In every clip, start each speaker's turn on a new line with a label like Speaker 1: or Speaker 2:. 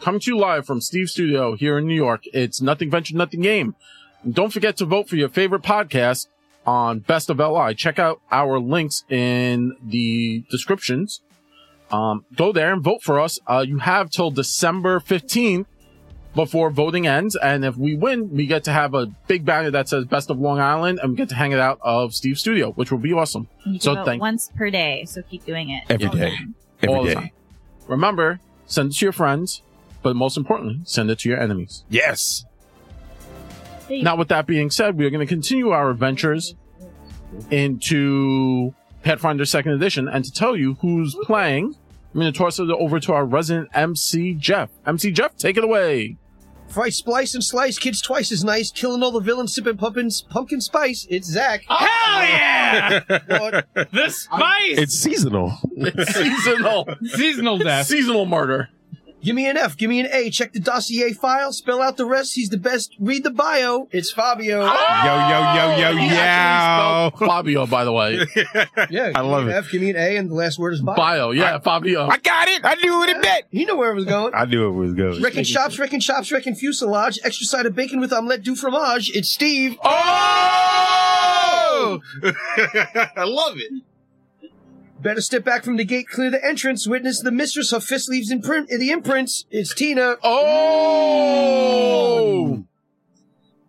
Speaker 1: coming to you live from Steve's studio here in New York. It's Nothing Venture, Nothing Game. And don't forget to vote for your favorite podcast on Best of LI. Check out our links in the descriptions. Um, go there and vote for us. Uh, you have till December 15th before voting ends. And if we win, we get to have a big banner that says Best of Long Island and we get to hang it out of Steve's studio, which will be awesome.
Speaker 2: You
Speaker 1: So
Speaker 2: do it
Speaker 1: thank-
Speaker 2: once per day, so keep doing it.
Speaker 3: Every
Speaker 2: All the
Speaker 3: day.
Speaker 2: time.
Speaker 3: every
Speaker 1: all the
Speaker 3: day.
Speaker 1: time. Remember, send it to your friends, but most importantly, send it to your enemies.
Speaker 3: Yes.
Speaker 2: There you
Speaker 1: Now, with that being said, we are going to continue our adventures into Pathfinder Second Edition, and to tell you who's playing, I'm going to toss it over to our resident MC Jeff. MC Jeff, take it away.
Speaker 4: If I splice and slice kids twice as nice, killing all the villains, sipping pumpkin, pumpkin spice, it's Zach.
Speaker 5: Oh, Hell yeah!
Speaker 4: Lord,
Speaker 5: the spice!
Speaker 3: It's seasonal.
Speaker 1: It's seasonal,
Speaker 5: seasonal death.
Speaker 1: seasonal murder.
Speaker 4: give me an F, give me an A, check the dossier file, spell out the rest, he's the best, read the bio, it's Fabio.
Speaker 5: Ah!
Speaker 3: Yo, yo, yo, yo,
Speaker 1: He
Speaker 3: yo.
Speaker 1: actually spelled Fabio, by the way,
Speaker 4: Yeah, give me
Speaker 3: love
Speaker 4: an
Speaker 3: it.
Speaker 4: F, give me an A, and the last word is bio.
Speaker 1: bio, yeah, Fabio.
Speaker 3: I got it. I knew it a bit.
Speaker 4: You know where it was going.
Speaker 3: I knew it was good.
Speaker 4: Wrecking shops, wrecking shops, wrecking fuselage, extra side of bacon with omelette du fromage, it's Steve.
Speaker 3: Oh!
Speaker 6: I love it.
Speaker 4: Better step back from the gate, clear the entrance, witness the mistress, her fist leaves imprint, the imprints, it's Tina.
Speaker 1: Oh,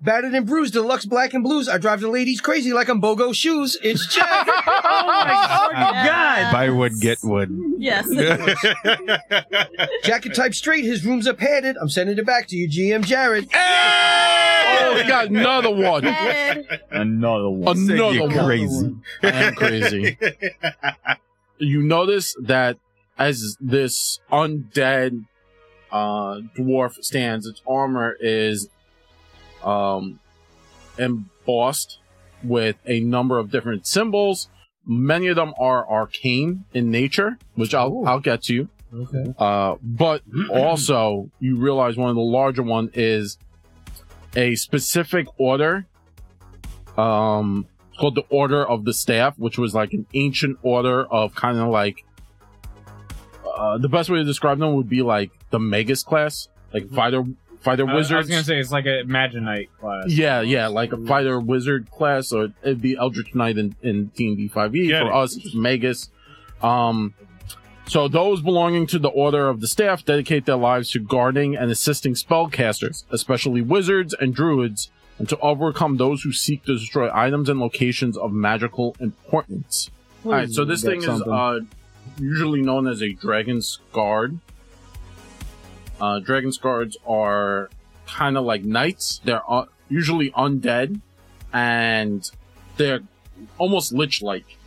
Speaker 4: Battered and bruised, deluxe black and blues, I drive the ladies crazy like I'm Bogo shoes, it's Jack.
Speaker 3: Oh
Speaker 1: Oh,
Speaker 4: Oh,
Speaker 2: God.
Speaker 3: Buy one, get one.
Speaker 2: Yes.
Speaker 4: Jacket type straight, his room's up handed. I'm sending it back to you, GM Jared.
Speaker 1: oh, we got another one.
Speaker 2: Ed,
Speaker 7: Another one.
Speaker 1: Another
Speaker 3: You're
Speaker 1: one.
Speaker 3: crazy.
Speaker 1: I am crazy. you notice that as this undead uh, dwarf stands, its armor is um, embossed with a number of different symbols. Many of them are arcane in nature, which I'll, I'll get to.
Speaker 4: Okay.
Speaker 1: Uh, but also, you realize one of the larger one is a specific order, um, called the Order of the Staff, which was like an ancient order of kind of like, uh, the best way to describe them would be like the Magus class, like fighter fighter
Speaker 5: Mm-hmm. I, was- I was
Speaker 1: wizards.
Speaker 5: gonna say it's like a Maginite class.
Speaker 1: yeah, yeah, like a fighter wizard class, or it'd be Eldritch Knight in, in D&D 5e.
Speaker 5: Get
Speaker 1: For
Speaker 5: it.
Speaker 1: us, it's Magus. Um, so those belonging to the Order of the Staff dedicate their lives to guarding and assisting spellcasters, especially wizards and druids, and to overcome those who seek to destroy items and locations of magical importance. All right, so this thing is uh, usually known as a dragon's guard. Uh, dragon's guards are kind of like knights. They're uh, usually undead, and they're almost lich-like.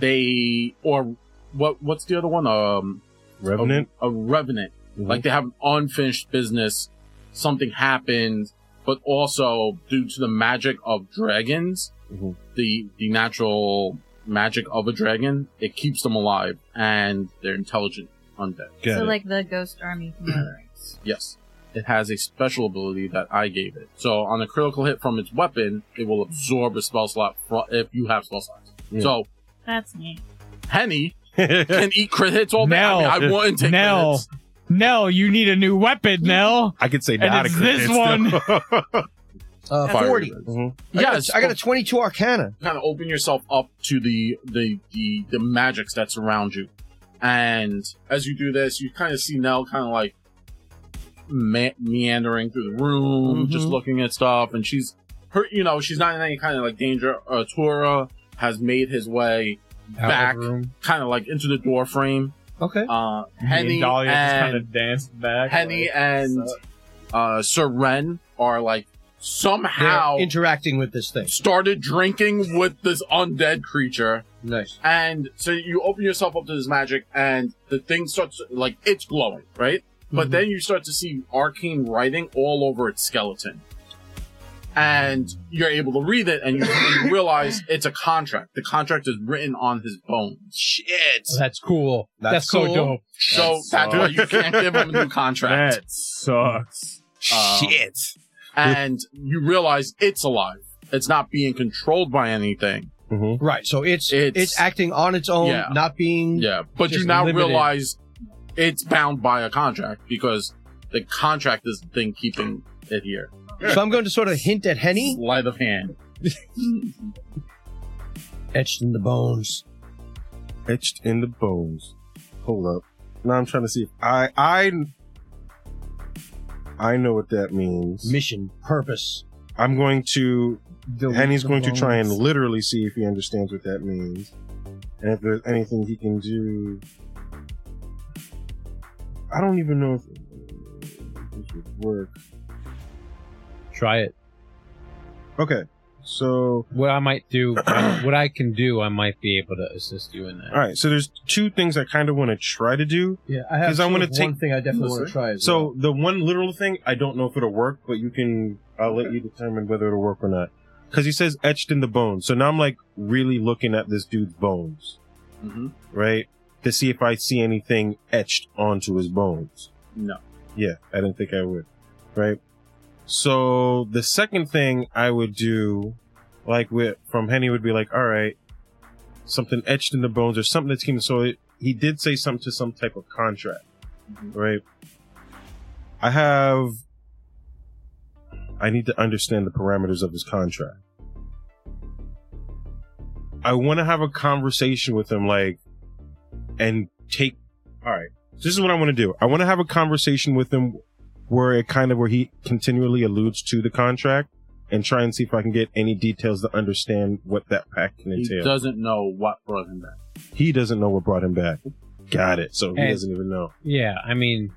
Speaker 1: They or what? What's the other one? Um, a-
Speaker 3: Revenant.
Speaker 1: A, revenant.
Speaker 3: Mhm.
Speaker 1: Like they have unfinished business. Something happened, but also due to the magic of dragons,
Speaker 3: Mhm.
Speaker 1: the the natural magic of a dragon, it keeps them alive, and they're intelligent undead.
Speaker 3: Got
Speaker 2: so
Speaker 3: it.
Speaker 2: like the ghost army from the other ranks.
Speaker 1: Yes. It has a special ability that I gave it. So on a critical hit from its weapon, it will absorb a spell slot fro- if you have spell slots.
Speaker 3: Yeah.
Speaker 1: So
Speaker 2: That's neat.
Speaker 1: Henny can eat crit hits all day.
Speaker 7: Nell.
Speaker 1: I, mean, I wouldn't take
Speaker 7: Nell.
Speaker 1: crit hits.
Speaker 7: Nell, you need a new weapon, Nell.
Speaker 3: I could say
Speaker 7: And
Speaker 3: not
Speaker 7: it's
Speaker 3: a crit
Speaker 7: this
Speaker 3: hit still.
Speaker 4: Uh,
Speaker 1: Fire
Speaker 4: 40.
Speaker 1: defense.
Speaker 4: I got a-
Speaker 1: Yes,
Speaker 4: I got a 22 Arcana.
Speaker 1: kind of open yourself up to the, the the the magics that surround you. And as you do this, you kind of see Nell kind of like me- meandering through the room,
Speaker 5: Mm-hmm.
Speaker 1: just looking at stuff. And she's her, you know, she's not in any kind of like danger. Uh, Tora has made his way
Speaker 5: Out
Speaker 1: back,
Speaker 5: of the room.
Speaker 1: kind of like into the door frame.
Speaker 4: Okay.
Speaker 1: Uh,
Speaker 5: Me
Speaker 1: Henny
Speaker 5: and Dahlia just kind
Speaker 1: and
Speaker 5: of danced back.
Speaker 1: Henny
Speaker 5: like,
Speaker 1: and
Speaker 5: so-
Speaker 1: uh, Seren are like somehow
Speaker 4: They're interacting with this thing.
Speaker 1: started drinking with this undead creature.
Speaker 4: Nice.
Speaker 1: And so you open yourself up to this magic, and the thing starts like it's glowing, right? But then you start to see arcane writing all over its skeleton, and you're able to read it, and you, you realize it's a contract. The contract is written on his bones,
Speaker 6: Shit.
Speaker 4: That's cool.
Speaker 7: That's, so dope.
Speaker 1: so that's why you can't give him a new contract.
Speaker 5: That sucks.
Speaker 1: Um,
Speaker 6: Shit.
Speaker 1: and you realize it's alive. It's not being controlled by anything.
Speaker 4: Right. So it's,
Speaker 1: It's-
Speaker 4: it's acting on its own,
Speaker 1: Yeah.
Speaker 4: not being.
Speaker 1: Yeah, but you
Speaker 4: Just
Speaker 1: now
Speaker 4: limited.
Speaker 1: realize it's bound by a contract because the contract is the thing keeping it here.
Speaker 4: So I'm going to sort of hint at Henny.
Speaker 1: Sleight of hand.
Speaker 4: Etched in the bones.
Speaker 7: Um,
Speaker 3: Etched in the bones. Hold up. Now I'm trying to see if I I I know what that means.
Speaker 4: Mission, purpose.
Speaker 3: I'm going to and he's
Speaker 4: the
Speaker 3: going to try and
Speaker 4: bones.
Speaker 3: literally see if he understands what that means. And if there's anything he can do. I don't even know if this would work.
Speaker 8: Try it.
Speaker 3: Okay. So
Speaker 8: What I might do, what I can do, I might be able to assist you in that.
Speaker 3: all right, so there's two things I kind of want to try to do.
Speaker 4: Yeah, I
Speaker 3: have 'Cause I sort wanna of one take-
Speaker 4: thing I
Speaker 3: definitely wanna
Speaker 4: try.
Speaker 3: So the one literal thing, I don't know if it'll work, but you can. I'll let you determine whether it'll work or not. Because he says etched in the bone, so now I'm like really looking at this dude's bones,
Speaker 4: Mm-hmm.
Speaker 1: hmm
Speaker 3: right, to see if I see anything etched onto his bones.
Speaker 1: No.
Speaker 3: Yeah, I didn't think I would, right? So the second thing I would do, like with from Henny, would be like, all right, something etched in the bones or something that's keeping. So it, he did say something to some type of contract, right? I have. I need to understand the parameters of his contract. I want to have a conversation with him, like, and take. All right. This is what I want to do. I want to have a conversation with him where it kind of where he continually alludes to the contract and try and see if I can get any details to understand what that pact can
Speaker 1: He
Speaker 3: entail.
Speaker 1: doesn't know what brought him back.
Speaker 3: he doesn't know what brought him back. Got it. So he
Speaker 8: And-
Speaker 3: doesn't even know.
Speaker 8: Yeah, I mean,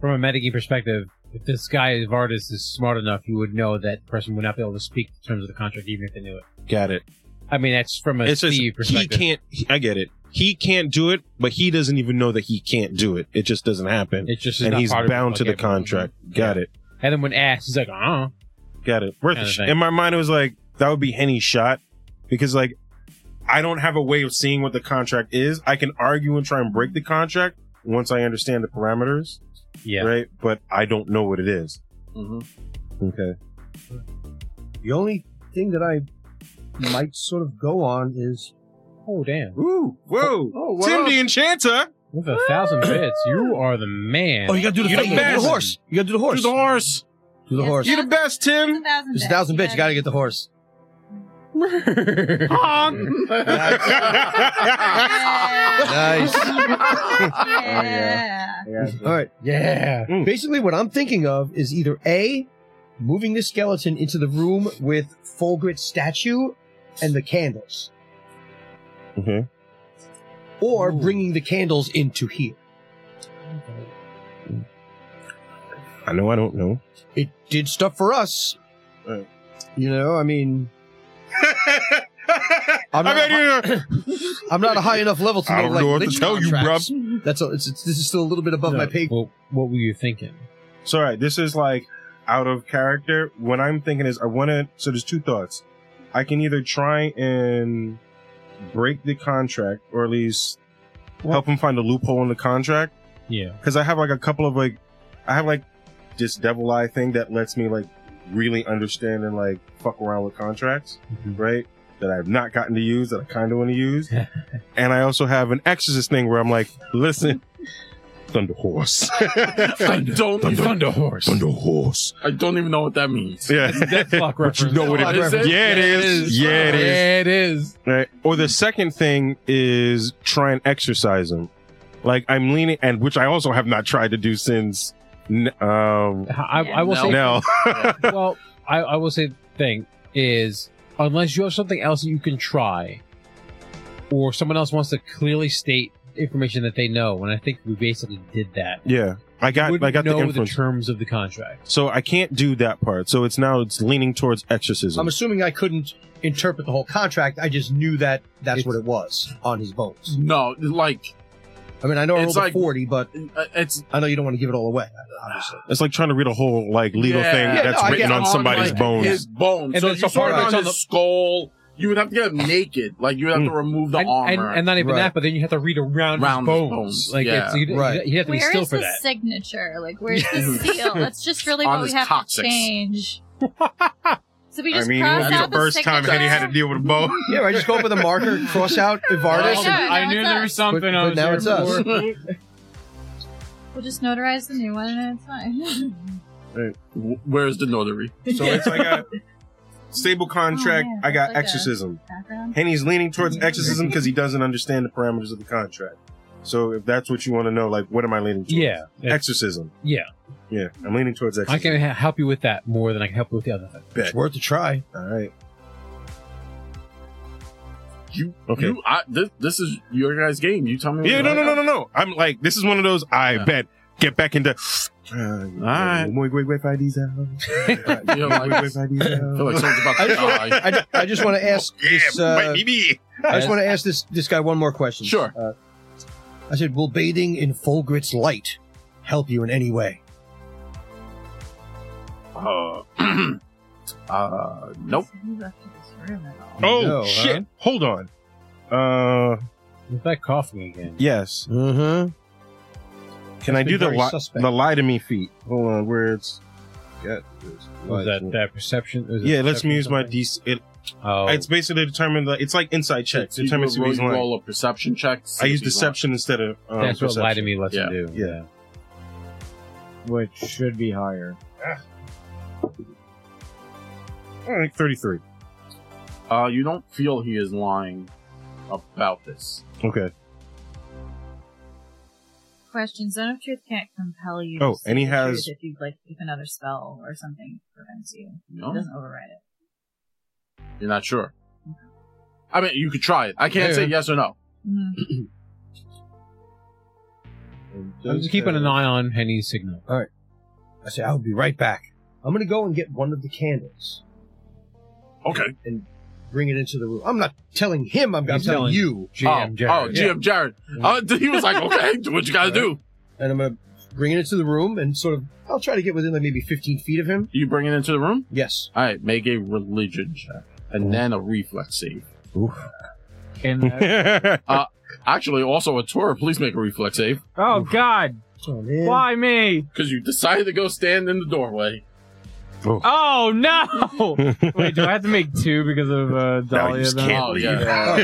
Speaker 8: from a Medigi perspective, if this guy Vardis is smart enough, he would know that person would not be able to speak the terms of the contract, even if they knew it.
Speaker 3: Got it.
Speaker 8: I mean, that's from a
Speaker 3: It's just
Speaker 8: Steve
Speaker 3: he
Speaker 8: perspective.
Speaker 3: can't. he- I get it. He can't do it, but he doesn't even know that he can't do it. It just doesn't happen,
Speaker 8: it's just
Speaker 3: and
Speaker 8: not
Speaker 3: he's
Speaker 8: part of it.
Speaker 3: bound to
Speaker 8: Okay,
Speaker 3: the contract. Got it.
Speaker 8: And then when asked, he's like, "Uh,
Speaker 3: Got it. Worth a
Speaker 8: Kinda
Speaker 3: sh-
Speaker 8: thing.
Speaker 3: In my mind, it was like that would be Henny's shot because like I don't have a way of seeing what the contract is. I can argue and try and break the contract once I understand the parameters,
Speaker 8: yeah."
Speaker 3: right? But I don't know what it is.
Speaker 4: Mm-hmm.
Speaker 1: hmm
Speaker 3: Okay.
Speaker 4: the only thing that I might sort of go on is
Speaker 8: Oh damn!
Speaker 3: Ooh, whoa,
Speaker 1: Oh,
Speaker 3: Tim the Enchanter.
Speaker 8: With a thousand bits, you are the man.
Speaker 4: gotta do the, thing, you gotta do the horse. You gotta do the horse.
Speaker 1: the horse.
Speaker 4: Do the horse.
Speaker 3: You're the best, Tim.
Speaker 2: It's a thousand
Speaker 4: It's a thousand bits. You gotta get the horse. Nice.
Speaker 3: Oh,
Speaker 2: yeah.
Speaker 4: All right.
Speaker 8: yeah.
Speaker 3: Mm.
Speaker 4: Basically, what I'm thinking of is either A, moving the skeleton into the room with Folgrit's statue and the candles,
Speaker 3: Okay.
Speaker 4: or bringing the candles into here.
Speaker 3: I know. I don't know.
Speaker 4: It did stuff for us.
Speaker 3: Right.
Speaker 4: You know, I mean, I'm
Speaker 3: I
Speaker 4: not,
Speaker 3: bet you.
Speaker 4: I'm not a high enough level to know,
Speaker 3: I don't
Speaker 4: like,
Speaker 3: know what to
Speaker 4: Lich
Speaker 3: tell you,
Speaker 4: contracts.
Speaker 3: bruv.
Speaker 4: That's all, it's, it's, this is still a little bit above my pay grade.
Speaker 8: Well, what were you thinking?
Speaker 3: So, all right, this is like out of character. What I'm thinking is, I want to. So, there's two thoughts. I can either try and break the contract, or at least help him find a loophole in the contract.
Speaker 8: Yeah.
Speaker 3: Because I have like a couple of like, I have like this devil eye thing that lets me like really understand and like fuck around with contracts, right? That I've not gotten to use that I kind of want to use, and I also have an exorcist thing where I'm like, listen, thunder horse,
Speaker 1: I don't even.
Speaker 7: horse.
Speaker 3: thunder horse,
Speaker 1: I don't even know what that means.
Speaker 3: yeah.
Speaker 7: But you know
Speaker 1: What is it?
Speaker 3: Yeah, it is. Yeah, it is.
Speaker 7: it is.
Speaker 3: Right. Or the second thing is try and exercise them. Like I'm leaning, and which I also have not tried to do since. n- Um,
Speaker 8: I, I will
Speaker 1: No.
Speaker 8: say
Speaker 3: now.
Speaker 8: well, I, I will say the thing is, unless you have something else you can try, or someone else wants to clearly state information that they know, and I think we basically did that.
Speaker 3: yeah, I
Speaker 8: You
Speaker 3: got I
Speaker 8: wouldn't
Speaker 3: got the
Speaker 8: know the
Speaker 3: influence.
Speaker 8: terms of the contract.
Speaker 3: so I can't do that part. So it's now it's leaning towards exorcism.
Speaker 4: I'm assuming I couldn't interpret the whole contract. I just knew that that's
Speaker 8: It's-
Speaker 4: what it was on his bones.
Speaker 1: No, like
Speaker 4: I mean, I know I
Speaker 1: It's
Speaker 4: rolled
Speaker 1: like-
Speaker 4: a 40, but
Speaker 1: it's
Speaker 4: I know you don't want to give it all away, obviously.
Speaker 3: it's like trying to read a whole like legal
Speaker 1: Yeah.
Speaker 3: thing
Speaker 1: Yeah,
Speaker 3: that's
Speaker 4: no, I
Speaker 3: written
Speaker 4: get-
Speaker 3: on
Speaker 1: like,
Speaker 3: somebody's bones.
Speaker 1: His bones.
Speaker 8: And
Speaker 1: so
Speaker 8: then
Speaker 1: if
Speaker 8: so
Speaker 1: you
Speaker 8: far
Speaker 1: start
Speaker 8: it's
Speaker 1: on
Speaker 8: on
Speaker 1: his skull. You would have to get him naked. Like you would have
Speaker 3: Hmm.
Speaker 1: to remove the
Speaker 8: and, and,
Speaker 1: armor.
Speaker 8: and not even
Speaker 4: Right.
Speaker 8: that, but then you have to read around,
Speaker 1: Round
Speaker 8: his
Speaker 1: his
Speaker 8: bones.
Speaker 1: bones,
Speaker 8: Like
Speaker 1: yeah.
Speaker 8: it's, you,
Speaker 4: Right.
Speaker 8: you have to be
Speaker 2: Where
Speaker 8: still
Speaker 2: is
Speaker 8: for
Speaker 2: the
Speaker 8: that.
Speaker 2: signature? Like, where's the seal? That's just really
Speaker 1: On
Speaker 2: what we
Speaker 1: his
Speaker 2: have
Speaker 1: coccyx.
Speaker 2: to change. So we
Speaker 3: I
Speaker 2: just
Speaker 3: mean, it
Speaker 2: cross
Speaker 3: would be
Speaker 2: out
Speaker 3: the first time
Speaker 2: signature.
Speaker 3: Henny had to deal with a bone.
Speaker 4: Yeah, I just go up with a marker, cross out
Speaker 2: Oh,
Speaker 4: Ivardis,
Speaker 2: yeah,
Speaker 4: and
Speaker 2: now
Speaker 5: I knew
Speaker 2: it's
Speaker 5: there
Speaker 2: us.
Speaker 5: was something
Speaker 4: But-
Speaker 5: I
Speaker 4: but
Speaker 5: was
Speaker 4: now
Speaker 5: here
Speaker 4: it's us.
Speaker 5: for.
Speaker 2: We'll just notarize the new one and it's fine.
Speaker 1: W- Where's the notary?
Speaker 3: So it's like a stable contract.
Speaker 2: Oh, man.
Speaker 3: I
Speaker 2: It's like
Speaker 3: got
Speaker 2: a- Mm-hmm.
Speaker 3: exorcism.
Speaker 2: Background.
Speaker 3: Henny's leaning towards exorcism because he doesn't understand the parameters of the contract. So if that's what you want to know, like, what am I leaning towards?
Speaker 8: Yeah.
Speaker 3: Exorcism.
Speaker 8: Yeah.
Speaker 3: Yeah. I'm leaning towards
Speaker 8: I
Speaker 3: exorcism.
Speaker 8: can ha- help you with that more than I can help you with the other thing.
Speaker 4: It's worth a try.
Speaker 3: All right.
Speaker 1: You
Speaker 3: Okay.
Speaker 1: You, I, this, this is your guys' game. You tell me. what
Speaker 3: Yeah,
Speaker 1: you
Speaker 3: no, no,
Speaker 1: like.
Speaker 3: no, no, no. I'm like, this is one of those. I
Speaker 1: Yeah.
Speaker 3: bet. Get back into.
Speaker 1: right.
Speaker 3: Muy güey, güey, fight these out.
Speaker 1: You know, like,
Speaker 3: Muy güey, fight these
Speaker 1: I
Speaker 3: out.
Speaker 1: feel like someone's about
Speaker 4: I
Speaker 1: to
Speaker 4: just want,
Speaker 1: die.
Speaker 4: I, I just want to ask this.
Speaker 6: yeah,
Speaker 4: Uh,
Speaker 6: baby.
Speaker 4: I just want to ask this this guy one more question.
Speaker 1: Sure.
Speaker 4: Uh, I said, "Will bathing in Fulgrit's light help you in any way?"
Speaker 1: Uh, uh, nope.
Speaker 2: Move up to this room at all.
Speaker 3: Oh
Speaker 4: No, huh?
Speaker 3: shit! Hold on. Uh,
Speaker 8: With that coughing again.
Speaker 3: yes.
Speaker 4: Mm-hmm.
Speaker 3: Can I
Speaker 8: been
Speaker 3: do the
Speaker 8: very
Speaker 3: li-
Speaker 8: suspect.
Speaker 3: the lie to me feat? Hold on, where it's. Yeah, it's-
Speaker 8: Was that that perception? is it
Speaker 3: yeah, it lets me use
Speaker 8: perception
Speaker 3: my
Speaker 8: or
Speaker 3: D. It,
Speaker 8: something? Oh,
Speaker 3: It's basically determined. Like, it's like inside check.
Speaker 1: You
Speaker 3: Determine
Speaker 1: do a roll,
Speaker 3: somebody's
Speaker 1: you
Speaker 3: lying.
Speaker 1: roll a perception check. see
Speaker 3: I
Speaker 1: if
Speaker 3: use
Speaker 1: he's
Speaker 3: deception instead of. Um,
Speaker 8: that's what lie to
Speaker 3: perception.
Speaker 8: me lets
Speaker 1: Yeah.
Speaker 8: you do.
Speaker 3: Yeah.
Speaker 5: which should be higher.
Speaker 3: All right, Thirty-three.
Speaker 1: lying. Uh, you don't feel he is lying about this.
Speaker 3: Okay.
Speaker 2: Question: Zone of Truth can't compel you. to
Speaker 3: Oh, and he
Speaker 2: speak the
Speaker 3: has-
Speaker 2: truth if you like if another spell or something prevents you.
Speaker 8: Oh.
Speaker 2: It
Speaker 1: No,
Speaker 2: doesn't override it.
Speaker 1: you're not sure. I mean, you could try it. I can't
Speaker 8: Yeah.
Speaker 1: say yes or no.
Speaker 2: Mhm.
Speaker 8: I'm just keeping an eye on Henny's signal.
Speaker 4: I said, "I'll be right back. I'm gonna go and get one of the candles,
Speaker 1: Okay.
Speaker 4: bring it into the room. I'm not telling him. I'm,
Speaker 8: I'm
Speaker 4: telling,
Speaker 8: telling-
Speaker 4: you, Um,
Speaker 1: oh,
Speaker 8: Jared.
Speaker 1: oh, GM Jared. Uh, he was like, "Okay, do what you gotta do."
Speaker 4: and I'm gonna bring it into the room and sort of. I'll try to get within like maybe 15 feet of him.
Speaker 1: You bring it into the room.
Speaker 4: Yes.
Speaker 1: All right, make a religion check and then a reflex save.
Speaker 5: And
Speaker 1: Actually, also a Torah, please make a reflex save
Speaker 8: uh,
Speaker 5: oh god,
Speaker 4: Oh, man.
Speaker 5: why me?
Speaker 1: because you decided to go stand in the doorway.
Speaker 5: Oh no! Wait, do I have to make two because of uh, Dahlia?
Speaker 3: just
Speaker 5: then?
Speaker 3: can't
Speaker 1: Oh,
Speaker 3: leave.
Speaker 1: yeah.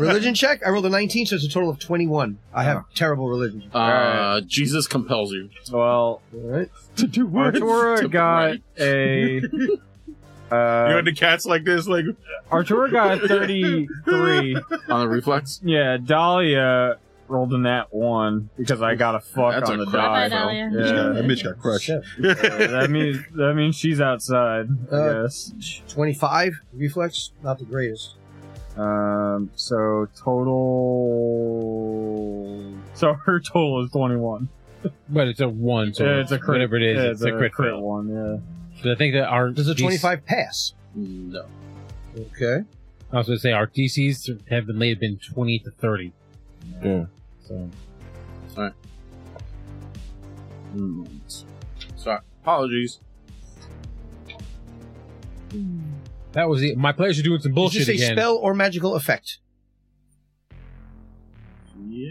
Speaker 4: Religion check. I rolled a 19, so it's a total of 21. I have terrible religion.
Speaker 1: Uh, Jesus compels you.
Speaker 5: Well,
Speaker 4: All right.
Speaker 1: to do
Speaker 5: Artura got a.
Speaker 3: you
Speaker 5: Uh,
Speaker 3: had the cats like this, like
Speaker 5: Artura got a 33.
Speaker 1: on a reflex.
Speaker 5: Yeah, Dahlia rolled in that one because I got a fuck
Speaker 1: That's
Speaker 5: on
Speaker 1: a
Speaker 5: the
Speaker 1: crap
Speaker 5: die.
Speaker 2: Bye, Dahlia.
Speaker 5: Yeah.
Speaker 3: that bitch got crushed.
Speaker 5: Uh, that means that means she's outside. I
Speaker 4: Uh,
Speaker 5: guess.
Speaker 4: 25 reflex, not the greatest.
Speaker 5: Um. So total. So her total is twenty one.
Speaker 8: But it's a one, so
Speaker 5: Yeah, it's a crit.
Speaker 8: whatever it is, it's, a, crit. fail.
Speaker 5: one. Yeah.
Speaker 8: But I think that our
Speaker 4: Does a
Speaker 8: these-
Speaker 4: 25 pass?
Speaker 1: No.
Speaker 4: Okay.
Speaker 8: I was going to say our DCs have been laid been twenty to thirty.
Speaker 3: Yeah.
Speaker 8: So
Speaker 1: Hmm. Sorry. Apologies.
Speaker 2: Mm-hmm.
Speaker 8: that was the, my players are doing some bullshit
Speaker 4: Is this a
Speaker 8: again.
Speaker 4: spell or magical effect?
Speaker 1: Yeah.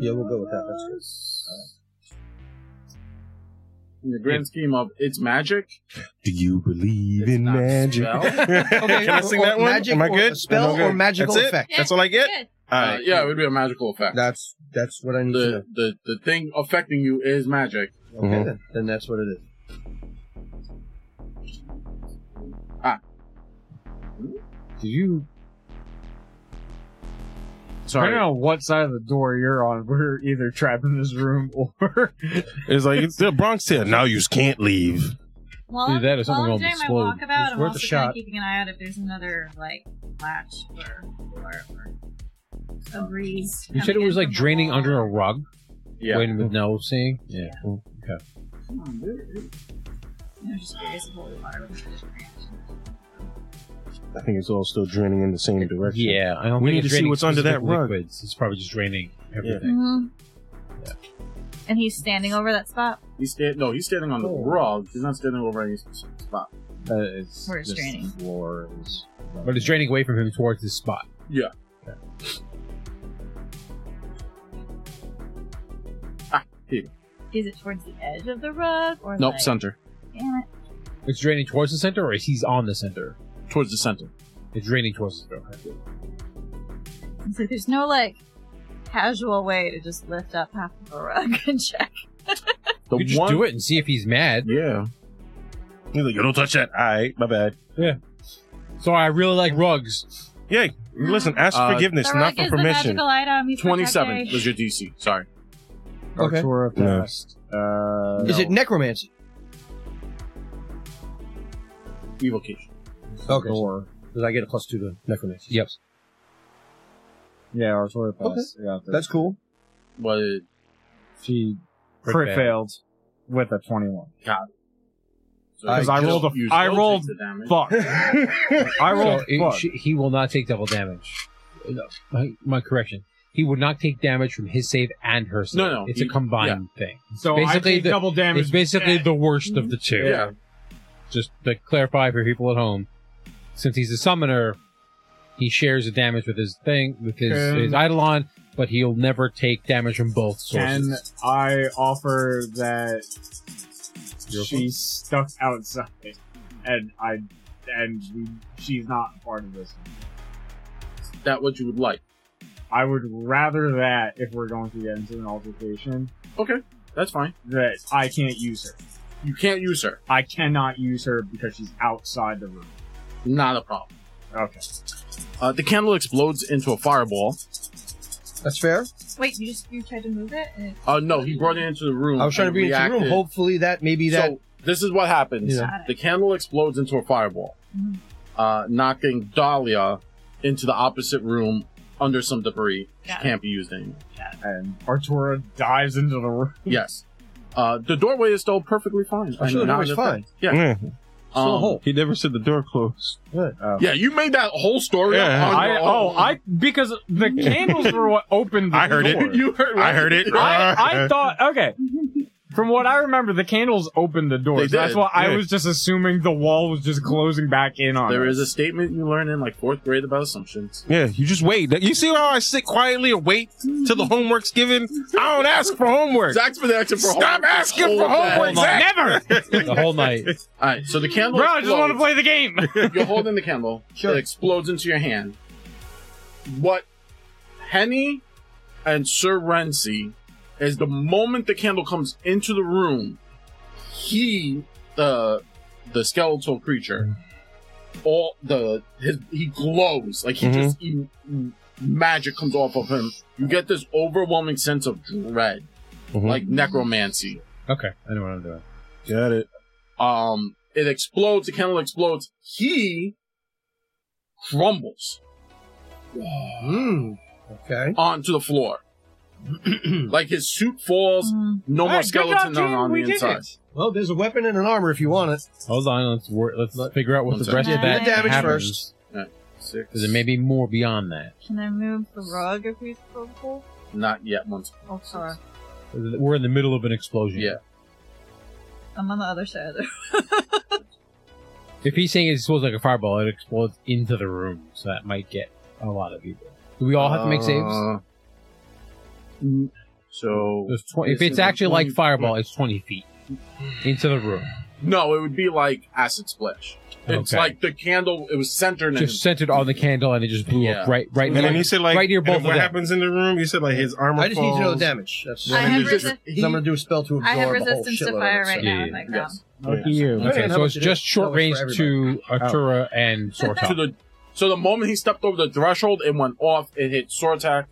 Speaker 4: Yeah, we'll go with that. That's good.
Speaker 1: In the grand scheme of it's magic,
Speaker 3: Do you believe
Speaker 1: It's
Speaker 3: in
Speaker 1: not
Speaker 3: magic?
Speaker 1: spell.
Speaker 3: Can I
Speaker 4: or-
Speaker 3: sing
Speaker 4: or
Speaker 3: that one?
Speaker 4: magic
Speaker 3: Am I
Speaker 4: or
Speaker 3: good?
Speaker 4: a spell
Speaker 3: Am I good?
Speaker 4: or magical
Speaker 3: That's it?
Speaker 4: effect?
Speaker 3: That's all I get.
Speaker 2: Good.
Speaker 3: All
Speaker 1: uh,
Speaker 3: right.
Speaker 1: yeah, it would be a magical effect.
Speaker 4: That's that's what I need to know.
Speaker 1: the, the the thing affecting you is magic.
Speaker 4: Okay,
Speaker 3: Mhm.
Speaker 4: then. then that's what it is.
Speaker 8: Did you?
Speaker 5: I don't know what side of the door you're on. We're either trapped in this room or
Speaker 3: It's like it's the Bronx here. Now you can't leave.
Speaker 2: While
Speaker 8: Either
Speaker 2: I'm,
Speaker 8: that or something
Speaker 2: while I'm
Speaker 8: will
Speaker 2: doing my
Speaker 8: explode.
Speaker 2: walkabout,
Speaker 4: It's
Speaker 2: I'm
Speaker 4: worth a
Speaker 2: also kind
Speaker 4: shot.
Speaker 2: of keeping an eye out if there's another like latch or or, or a breeze.
Speaker 8: You said it
Speaker 2: coming
Speaker 8: was
Speaker 2: in
Speaker 8: like
Speaker 2: from the
Speaker 8: draining
Speaker 2: wall.
Speaker 8: under a rug
Speaker 1: Yeah.
Speaker 8: when with no seeing. Yeah.
Speaker 1: Come on, dude.
Speaker 2: I'm just curious if holy water would be
Speaker 3: I think it's all still draining in the same direction.
Speaker 8: Yeah, I don't
Speaker 3: We
Speaker 8: think
Speaker 3: need
Speaker 8: it's
Speaker 3: to see
Speaker 8: draining
Speaker 3: what's under that
Speaker 8: specific
Speaker 3: rug.
Speaker 8: Liquids. It's probably just draining everything.
Speaker 2: Mm-hmm. And he's standing over that spot
Speaker 1: He's stand, no, he's standing on the rug. He's not standing over any specific spot.
Speaker 5: it's
Speaker 2: where it's draining.
Speaker 5: floor.
Speaker 8: But it's draining away from him towards this spot.
Speaker 2: Is it towards the edge of the rug or
Speaker 1: Nope,
Speaker 2: Like,
Speaker 1: center.
Speaker 2: Damn it.
Speaker 8: It's draining towards the center, or is he's on the center?
Speaker 1: Towards the center.
Speaker 8: It's draining towards the center.
Speaker 2: It's like there's no like casual way to just lift up half of a rug and check.
Speaker 1: The
Speaker 8: You just
Speaker 1: one,
Speaker 8: do it and see if he's mad.
Speaker 1: Yeah.
Speaker 3: He's like, you don't touch that. All right, my bad.
Speaker 8: So I really like rugs.
Speaker 3: Yeah, listen, ask for
Speaker 1: Uh,
Speaker 3: forgiveness,
Speaker 2: the
Speaker 3: not
Speaker 2: rug
Speaker 3: for
Speaker 2: is the
Speaker 3: permission.
Speaker 2: magical item. He's
Speaker 1: 27
Speaker 2: protected.
Speaker 1: was your DC. Sorry.
Speaker 4: Okay.
Speaker 5: Artura
Speaker 3: No.
Speaker 5: passed. Uh,
Speaker 4: Is it necromancy?
Speaker 1: Evocation.
Speaker 4: Okay. so- Did I get a plus two to necromancy?
Speaker 8: Yep.
Speaker 5: Yeah, Artura passed. I got this.
Speaker 4: That's cool.
Speaker 1: Was
Speaker 5: she
Speaker 8: Crit
Speaker 5: crit
Speaker 8: failed.
Speaker 5: failed with a twenty-one.
Speaker 1: Because
Speaker 5: I rolled a- I rolled Fuck. I rolled.
Speaker 8: So it-
Speaker 5: fuck.
Speaker 8: she- he will not take double damage. No, my, my correction. He would not take damage from his save and her save.
Speaker 1: No, no,
Speaker 8: It's
Speaker 1: he-
Speaker 8: a combined thing.
Speaker 7: So
Speaker 8: Basically
Speaker 7: I take
Speaker 8: the-
Speaker 7: double damage.
Speaker 8: It's basically
Speaker 7: Eh,
Speaker 8: the worst of the two.
Speaker 1: Yeah.
Speaker 8: Just to clarify for people at home, since he's a summoner, he shares the damage with his thing, with his,
Speaker 5: Can-
Speaker 8: his Eidolon, but he'll never take damage from both
Speaker 5: Can
Speaker 8: sources.
Speaker 5: I offer that she's stuck outside, and I and we, she's not part of this?
Speaker 1: That what you would like.
Speaker 5: I would rather that if we're going to get into an altercation
Speaker 1: That's fine.
Speaker 5: that I can't use her.
Speaker 1: You can't use her.
Speaker 5: I cannot use her because she's outside the room.
Speaker 1: Not a problem.
Speaker 5: Okay.
Speaker 1: Uh, the candle explodes into a fireball.
Speaker 4: That's fair.
Speaker 2: Wait, you just you tried to move it? And it
Speaker 1: Uh, no, he brought it into the room.
Speaker 4: I was trying to
Speaker 1: and
Speaker 4: bring it into the room.
Speaker 1: reacted.
Speaker 4: Hopefully that maybe that.
Speaker 1: So this is what happens:
Speaker 2: Yeah.
Speaker 1: the candle explodes into a fireball,
Speaker 2: Mhm.
Speaker 1: uh, knocking Dahlia into the opposite room under some debris. She
Speaker 2: Got it. Mm-hmm.
Speaker 1: can't be used anymore.
Speaker 5: And Artura dives into the room.
Speaker 1: yes, uh, the doorway is still perfectly fine.
Speaker 4: I'm
Speaker 1: And
Speaker 4: sure the
Speaker 1: not
Speaker 4: door's
Speaker 1: a
Speaker 4: fine.
Speaker 1: thing. Yeah,
Speaker 3: Yeah.
Speaker 1: um,
Speaker 3: He never said the door closed.
Speaker 1: yeah. You made that whole story.
Speaker 3: Yeah.
Speaker 1: up on
Speaker 5: I
Speaker 1: your
Speaker 5: oh
Speaker 1: own.
Speaker 5: I because the candles were what opened. The
Speaker 3: I heard it.
Speaker 5: door.
Speaker 1: you heard.
Speaker 3: I heard it.
Speaker 5: I, I thought okay. From what I remember, the candles opened the door.
Speaker 1: They
Speaker 5: so That's
Speaker 1: did,
Speaker 5: why I
Speaker 3: yeah.
Speaker 5: was just assuming the wall was just closing back in on.
Speaker 1: There
Speaker 5: us.
Speaker 1: is a statement you learn in like fourth grade about assumptions.
Speaker 3: yeah, you just wait. You see how I sit quietly and wait till the homework's given? I don't ask for homework.
Speaker 1: Zach's been asking for
Speaker 3: Stop
Speaker 1: homework this
Speaker 3: asking
Speaker 1: whole
Speaker 3: for
Speaker 1: day.
Speaker 3: homework, Zach!
Speaker 7: Never.
Speaker 8: the whole night.
Speaker 1: All right, so the candle.
Speaker 7: Bro, I just want to
Speaker 1: explodes.
Speaker 7: play the game.
Speaker 1: You're holding the candle.
Speaker 4: Sure.
Speaker 1: It explodes into your hand. What Henny and Sir Renzi is the moment the candle comes into the room, he the the skeletal creature, all the his he glows like he
Speaker 3: Mhm.
Speaker 1: just he, he- magic comes off of him. You get this overwhelming sense of dread,
Speaker 3: Mhm.
Speaker 1: like necromancy.
Speaker 8: Mm-hmm. Okay, I know what I'm doing.
Speaker 3: Got it.
Speaker 1: Um, it explodes. The candle explodes. He crumbles
Speaker 4: Hmm. Okay.
Speaker 1: onto the floor. like his suit falls.
Speaker 2: Mm.
Speaker 1: No
Speaker 5: Hey,
Speaker 1: more
Speaker 5: good
Speaker 1: skeleton
Speaker 5: job,
Speaker 1: on, on
Speaker 5: team. We
Speaker 1: the
Speaker 5: did
Speaker 1: inside.
Speaker 4: Well, there's a weapon and an armor if you want it.
Speaker 8: Hold on, let's wor- let's figure out what
Speaker 1: One
Speaker 8: the
Speaker 1: second.
Speaker 8: rest of
Speaker 2: Yeah,
Speaker 8: that
Speaker 2: do the
Speaker 4: damage
Speaker 8: happens,
Speaker 1: Six.
Speaker 8: because there may be more beyond that.
Speaker 2: Can I move the rug if he's purple?
Speaker 1: Not yet. Once.
Speaker 2: Oh, sorry.
Speaker 8: We're in the middle of an explosion.
Speaker 1: Yeah.
Speaker 2: I'm on the other side of the
Speaker 8: If he's saying it explodes like a fireball, it explodes into the room, so that might get a lot of people. Do we all have to make saves?
Speaker 1: Uh, mm, So
Speaker 8: There's 20 if it's
Speaker 1: like
Speaker 8: actually
Speaker 1: 20
Speaker 8: like fireball, it's 20 feet into the room.
Speaker 1: no, it would be like acid splash. It's
Speaker 8: Okay.
Speaker 1: like the candle. It was centered. in
Speaker 8: Just centered on the candle, and it just blew up
Speaker 1: Yeah.
Speaker 8: right, right
Speaker 3: And
Speaker 8: near.
Speaker 3: then he said, like,
Speaker 8: right near
Speaker 3: and
Speaker 8: both of
Speaker 3: what
Speaker 8: them.
Speaker 3: happens in the room? You said, like, his armor
Speaker 4: I just need to know
Speaker 3: falls.
Speaker 4: the damage. That's
Speaker 2: I
Speaker 4: all.
Speaker 2: have
Speaker 4: And there's-
Speaker 2: resist-
Speaker 4: I'm going to do a spell to absorb.
Speaker 2: I have
Speaker 4: a whole
Speaker 2: resistance to
Speaker 4: shitload of
Speaker 2: fire
Speaker 4: it,
Speaker 2: right
Speaker 4: so-
Speaker 2: now
Speaker 8: Yeah,
Speaker 2: with my
Speaker 1: Oh, yeah, yes.
Speaker 2: crown.
Speaker 5: Lucky you.
Speaker 4: I don't
Speaker 8: Okay,
Speaker 4: know
Speaker 8: so
Speaker 4: how
Speaker 8: it's
Speaker 4: much it
Speaker 8: just
Speaker 4: is.
Speaker 8: short
Speaker 4: No, it's
Speaker 8: range
Speaker 4: for
Speaker 8: to Artura and
Speaker 1: to
Speaker 8: Sortok.
Speaker 1: the so the moment he stepped over the threshold, it went off. It hit Sortak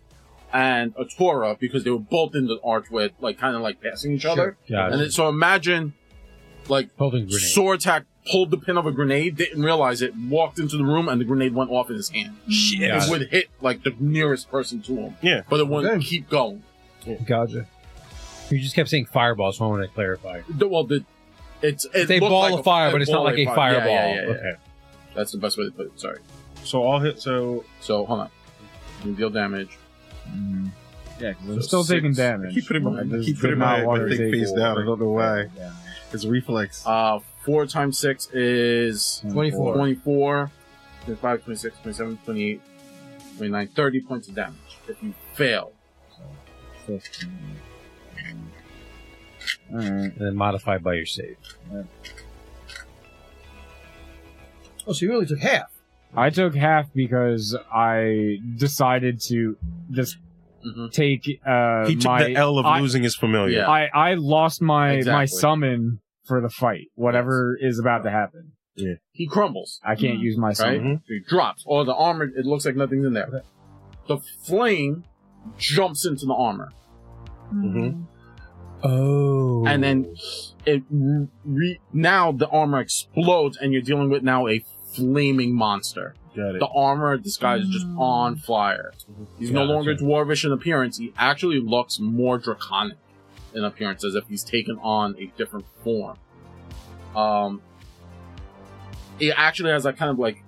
Speaker 1: and Atora because they were both in the archway, like kind of like passing each other.
Speaker 8: Yeah,
Speaker 1: And then, so imagine, like
Speaker 8: holding grenade.
Speaker 1: Sortak pulled the pin of a grenade, didn't realize it, walked into the room, and the grenade went off in his hand.
Speaker 2: Shit.
Speaker 1: It would hit like the nearest person to him.
Speaker 3: Yeah.
Speaker 1: but it wouldn't
Speaker 4: Okay.
Speaker 1: keep going.
Speaker 5: Gotcha.
Speaker 8: You just kept saying fireball, so I want to clarify.
Speaker 1: The- well, the it's it
Speaker 8: It's a
Speaker 1: looked
Speaker 8: ball
Speaker 1: like
Speaker 8: of fire,
Speaker 1: a
Speaker 8: but it's not
Speaker 1: ball
Speaker 8: like a
Speaker 1: of fire. Yeah,
Speaker 8: fireball.
Speaker 1: yeah, yeah, yeah.
Speaker 8: Okay.
Speaker 1: That's the best way to put it. Sorry.
Speaker 3: So all hit. So
Speaker 1: So hold on, You deal damage.
Speaker 5: Mm-hmm. Yeah, 'cause I'm still taking damage.
Speaker 3: I keep putting my, I
Speaker 5: This
Speaker 3: keep
Speaker 5: did
Speaker 3: putting
Speaker 5: not
Speaker 3: my,
Speaker 5: water
Speaker 3: my thing
Speaker 5: take
Speaker 3: face
Speaker 5: four.
Speaker 3: down. I don't know why.
Speaker 5: Yeah.
Speaker 3: It's reflex.
Speaker 1: Uh, four times six is
Speaker 4: 24.
Speaker 1: 24, 25, 26, 27, 28, 29, 30 points of damage. If you fail,
Speaker 5: Fifteen. Alright.
Speaker 8: And then modified by your save.
Speaker 4: Oh, so you only took half.
Speaker 5: I took half because I decided to just
Speaker 1: Mhm.
Speaker 5: take uh,
Speaker 3: Mm-hmm. he took
Speaker 5: my
Speaker 3: the L of
Speaker 5: I-
Speaker 3: losing his familiar.
Speaker 1: Yeah.
Speaker 5: I I lost my my
Speaker 1: Exactly.
Speaker 5: summon for the fight. Whatever is about to happen,
Speaker 1: He crumbles,
Speaker 5: I can't
Speaker 2: Mhm.
Speaker 5: use my
Speaker 1: right?
Speaker 5: summon.
Speaker 3: Mhm.
Speaker 1: He drops. All the armor, it looks like nothing's in there. The flame jumps into the armor.
Speaker 2: mm.
Speaker 4: Mm-hmm.
Speaker 3: Mhm.
Speaker 8: Oh.
Speaker 1: and then it re- now the armor explodes and you're dealing with now a flaming monster
Speaker 3: Got it.
Speaker 1: the armor this guy is just
Speaker 2: Mm.
Speaker 1: on fire he's no
Speaker 8: Gotcha.
Speaker 1: longer dwarvish in appearance he actually looks more draconic in appearance as if he's taken on a different form um it actually has that kind of like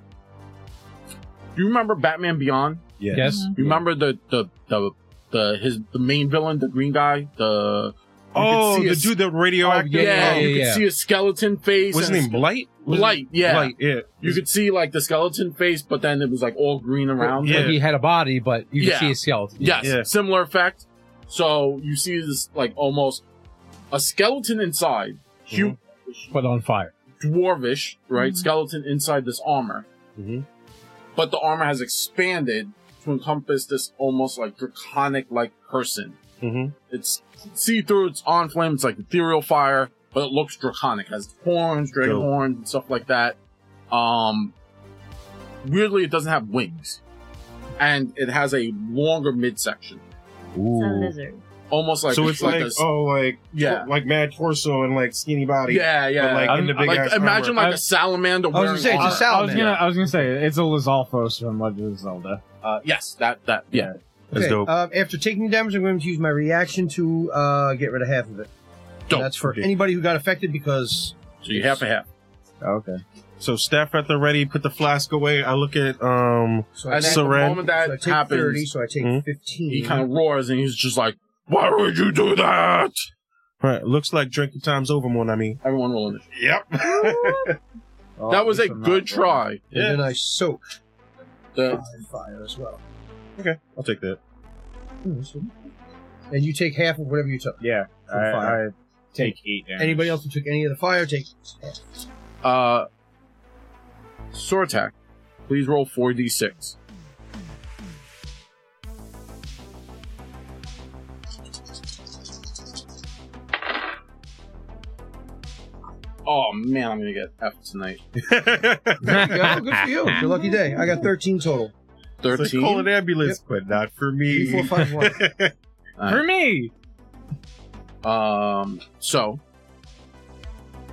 Speaker 1: do you remember batman beyond
Speaker 3: Yeah.
Speaker 8: Yes.
Speaker 2: Mhm.
Speaker 1: remember the the the, the his the main villain the green guy the could
Speaker 3: Oh,
Speaker 1: see
Speaker 3: the
Speaker 1: his-
Speaker 3: dude that radioactive.
Speaker 1: yeah,
Speaker 8: yeah,
Speaker 1: you
Speaker 8: yeah,
Speaker 1: could
Speaker 8: yeah.
Speaker 1: see a skeleton face.
Speaker 3: What's his
Speaker 1: and a
Speaker 3: name? Blight.
Speaker 1: sk- Blight, yeah.
Speaker 3: Blight. Yeah.
Speaker 1: You could see like the skeleton face, but then it was like all green around.
Speaker 3: Oh, Yeah.
Speaker 1: it.
Speaker 8: Like he had a body, but you
Speaker 1: Yeah.
Speaker 8: can see his skeleton.
Speaker 1: Yes,
Speaker 3: Yeah.
Speaker 1: similar effect. So you see this like almost a skeleton inside, hu-
Speaker 8: But on fire.
Speaker 3: Mm-hmm.
Speaker 1: dwarvish, right?
Speaker 2: Mhm.
Speaker 1: Skeleton inside this armor.
Speaker 3: Mhm.
Speaker 1: But the armor has expanded to encompass this almost like draconic like person.
Speaker 3: Mhm.
Speaker 1: It's see through, it's on flame, it's like ethereal fire, but it looks draconic. It has horns, dragon
Speaker 3: Dope.
Speaker 1: horns, and stuff like that. Um, weirdly, it doesn't have wings. And it has a longer midsection.
Speaker 2: It's a lizard.
Speaker 1: Almost like
Speaker 3: so it's Mm-hmm. like,
Speaker 1: a s-
Speaker 6: oh, like
Speaker 1: yeah.
Speaker 6: like mad torso and like skinny body.
Speaker 1: Yeah, yeah.
Speaker 6: But like in the big
Speaker 1: like
Speaker 6: ass
Speaker 1: imagine like
Speaker 5: I-
Speaker 1: a salamander
Speaker 4: was
Speaker 1: wearing
Speaker 4: gonna say, it's a
Speaker 1: armor.
Speaker 4: sal-
Speaker 5: I was
Speaker 4: Salamander.
Speaker 5: gonna I was gonna say it's a Lizalfos from Legend of Zelda.
Speaker 1: uh, yes, that that yeah.
Speaker 3: That's
Speaker 4: Okay,
Speaker 3: dope.
Speaker 4: Um, after taking damage, I'm going to use my reaction to uh, get rid of half of it.
Speaker 1: Dope.
Speaker 4: That's for
Speaker 3: Okay.
Speaker 4: anybody who got affected because
Speaker 1: So you half a half.
Speaker 5: Okay.
Speaker 3: So staff at the ready, put the flask away. I look at um
Speaker 4: so I
Speaker 1: And then
Speaker 4: take,
Speaker 3: So
Speaker 1: the
Speaker 3: Ren-
Speaker 1: moment
Speaker 4: so I
Speaker 1: that
Speaker 4: take
Speaker 1: happens,
Speaker 4: 30, so I take
Speaker 3: Mhm.
Speaker 4: 15.
Speaker 1: he kind of roars and he's just like, "Why would you do that?"
Speaker 3: right, looks like drinking time's over, mon ami.
Speaker 1: Everyone will initiative.
Speaker 6: Yep.
Speaker 5: Well,
Speaker 1: that was
Speaker 5: at
Speaker 1: a
Speaker 5: least I'm not
Speaker 1: good
Speaker 5: wrong.
Speaker 1: try.
Speaker 4: and then I soak
Speaker 1: The,
Speaker 4: on fire as well.
Speaker 3: I'll take that.
Speaker 4: And you take half of whatever you took.
Speaker 5: Yeah, I,
Speaker 4: Good
Speaker 5: I
Speaker 4: fire.
Speaker 5: take eight damage.
Speaker 4: Anybody else who took any of the fire, take.
Speaker 1: uh, sword attack. Please roll four d six. Oh man, I'm gonna get F tonight.
Speaker 4: There you go. Good for you. It's your lucky day. I got 13 total.
Speaker 3: It's like, call an
Speaker 1: Thirteen.
Speaker 3: ambulance, but not for
Speaker 4: Three, four,
Speaker 3: me.
Speaker 4: five, one.
Speaker 5: For me,
Speaker 1: Um, so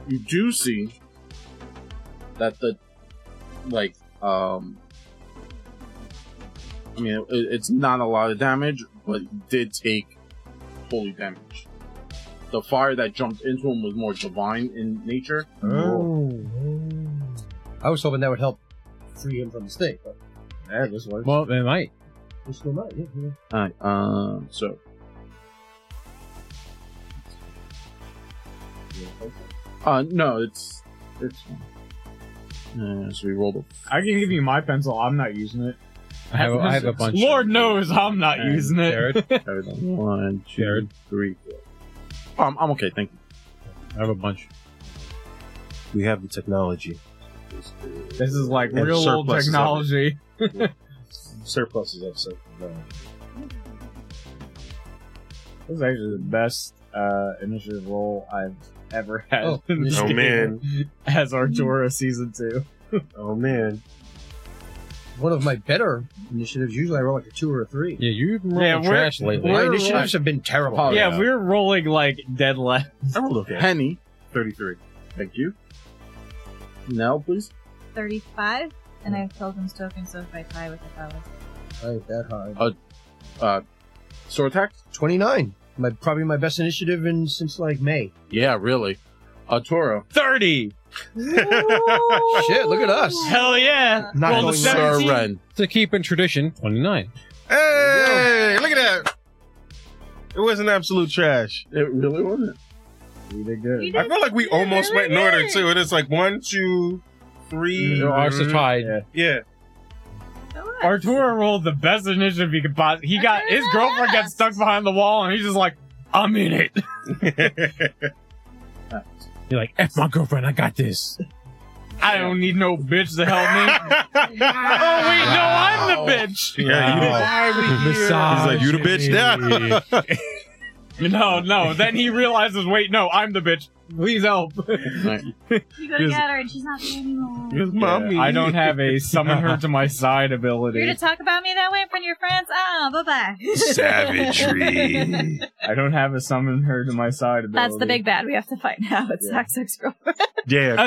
Speaker 1: you do see that the like um, I mean, it, it's not a lot of damage, but he did take holy damage. The fire that jumped into him was more divine in nature.
Speaker 4: Oh. I was hoping that would help free him from the snake, but
Speaker 5: that was worth.
Speaker 8: Well, it might.
Speaker 4: it's still not. Yeah, yeah.
Speaker 1: Alright, um, so. Uh, no, it's. It's. Uh, so we rolled a
Speaker 5: I can give you my pencil. I'm not using it.
Speaker 8: I have, I have a bunch.
Speaker 7: Lord knows I'm not
Speaker 1: And
Speaker 7: using it.
Speaker 8: Jared,
Speaker 1: One, two,
Speaker 8: Jared.
Speaker 1: three, four. Oh, I'm, I'm okay, thank you.
Speaker 8: I have a bunch.
Speaker 3: we have the technology.
Speaker 5: This is like
Speaker 3: And
Speaker 5: real old
Speaker 3: surpluses of it.
Speaker 5: technology.
Speaker 3: Surpluses of so no.
Speaker 5: This is actually the best uh, initiative roll I've ever had.
Speaker 4: Oh,
Speaker 5: in this
Speaker 3: Oh
Speaker 5: game.
Speaker 3: man.
Speaker 5: as Artura season two.
Speaker 3: Oh man.
Speaker 4: One of my better initiatives. Usually I roll like a two or a three.
Speaker 8: Yeah, you've been
Speaker 5: Yeah,
Speaker 8: rolling
Speaker 5: we're-
Speaker 8: trash lately.
Speaker 4: My
Speaker 5: We're
Speaker 4: initiatives have been terrible.
Speaker 1: Oh,
Speaker 7: yeah,
Speaker 1: yeah.
Speaker 7: we're rolling like dead left.
Speaker 3: I rolled okay.
Speaker 1: Penny, 33. Thank you. Nell, please.
Speaker 2: 35, and
Speaker 4: Mm.
Speaker 2: I have Pilgrim's Token, so if I tie with it, I was.
Speaker 4: I ain't that high.
Speaker 1: Sword attack?
Speaker 4: 29. My probably my best initiative in since like May.
Speaker 1: Yeah, really. Uh, Toro.
Speaker 7: 30.
Speaker 4: Shit, look at us.
Speaker 7: Hell yeah.
Speaker 4: Not
Speaker 7: Roll the
Speaker 4: going
Speaker 7: seven.
Speaker 4: well.
Speaker 1: Sir
Speaker 7: 17.
Speaker 1: Ren.
Speaker 8: To keep in tradition, 29.
Speaker 3: Hey, look at that. It wasn't absolute trash.
Speaker 1: It really wasn't.
Speaker 5: We did good.
Speaker 3: I feel like we almost went in order too. And it's like one, two, three. Mm-hmm.
Speaker 8: There are some tied.
Speaker 5: Yeah.
Speaker 3: Yeah.
Speaker 7: Artura rolled the best initiative he could possibly. He got his girlfriend got stuck behind the wall, and he's just like, "I'm in it."
Speaker 8: You're like, F my girlfriend, I got this.
Speaker 7: I don't need no bitch to help me. oh wait, no, I'm the bitch.
Speaker 3: Yeah,
Speaker 8: Massage
Speaker 3: He's like, "You the bitch
Speaker 8: me."
Speaker 7: No, no. Then he realizes, wait, no, I'm the bitch. Please help.
Speaker 2: You go to get her and she's not there anymore.
Speaker 3: you, mommy.
Speaker 7: I don't have a summon her to my side
Speaker 2: You're gonna
Speaker 7: ability.
Speaker 2: talk about me that way in front of your friends? Ah, bye bye.
Speaker 3: Savagery.
Speaker 7: I don't have a summon her to my side ability.
Speaker 2: That's the big bad we have to fight now. It's
Speaker 5: Yeah.
Speaker 2: Zack Sex Girl
Speaker 3: Yeah,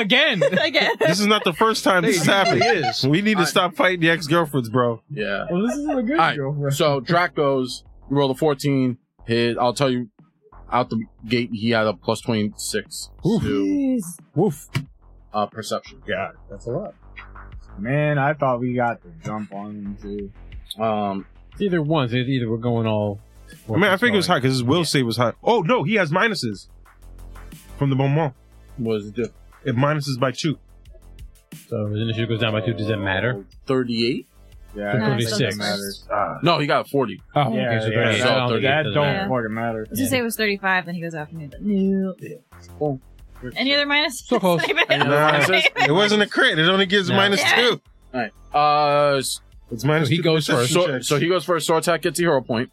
Speaker 7: again.
Speaker 2: again.
Speaker 3: this is not the first time this has happened.
Speaker 4: is.
Speaker 3: We need to stop fighting the ex girlfriends, bro.
Speaker 1: Yeah.
Speaker 7: Well, this is a good
Speaker 1: Alright,
Speaker 7: girlfriend.
Speaker 1: So Drac goes, you roll a 14. Hit, I'll tell you, out the gate, he had a plus 26 to
Speaker 8: Woof.
Speaker 1: uh, perception.
Speaker 5: God, that's a lot. Man, I thought we got the jump on him too.
Speaker 1: Um,
Speaker 8: It's either ones. It's either we're going all.
Speaker 3: I mean, I think it was hot because his will save was hot. Oh no, he has minuses from the bonbon.
Speaker 1: what does it do?
Speaker 3: It minuses by two.
Speaker 8: So his initiative goes down by two. Does that matter?
Speaker 1: 38?
Speaker 5: Yeah,
Speaker 8: No,
Speaker 5: I
Speaker 8: it's
Speaker 5: guess
Speaker 8: still
Speaker 5: it
Speaker 8: the
Speaker 5: matters.
Speaker 1: No, he got a 40.
Speaker 8: Oh,
Speaker 5: Yeah,
Speaker 8: okay. So
Speaker 5: yeah,
Speaker 8: thirty-eight.
Speaker 1: yeah.
Speaker 8: I don't
Speaker 1: So
Speaker 8: think it
Speaker 5: That
Speaker 8: doesn't
Speaker 5: don't
Speaker 8: matter.
Speaker 5: fucking matter.
Speaker 2: Let's just say it was 35, then he goes after me. But no. Any other minus?
Speaker 8: So close.
Speaker 3: Nah, it wasn't a crit. It only gives
Speaker 8: No.
Speaker 3: minus
Speaker 2: Yeah.
Speaker 3: two.
Speaker 1: All right. Uh, s-
Speaker 3: It's minus.
Speaker 8: So he
Speaker 3: two
Speaker 8: goes
Speaker 3: perception
Speaker 1: so,
Speaker 3: checks.
Speaker 1: so he goes first. Sortak gets a hero point.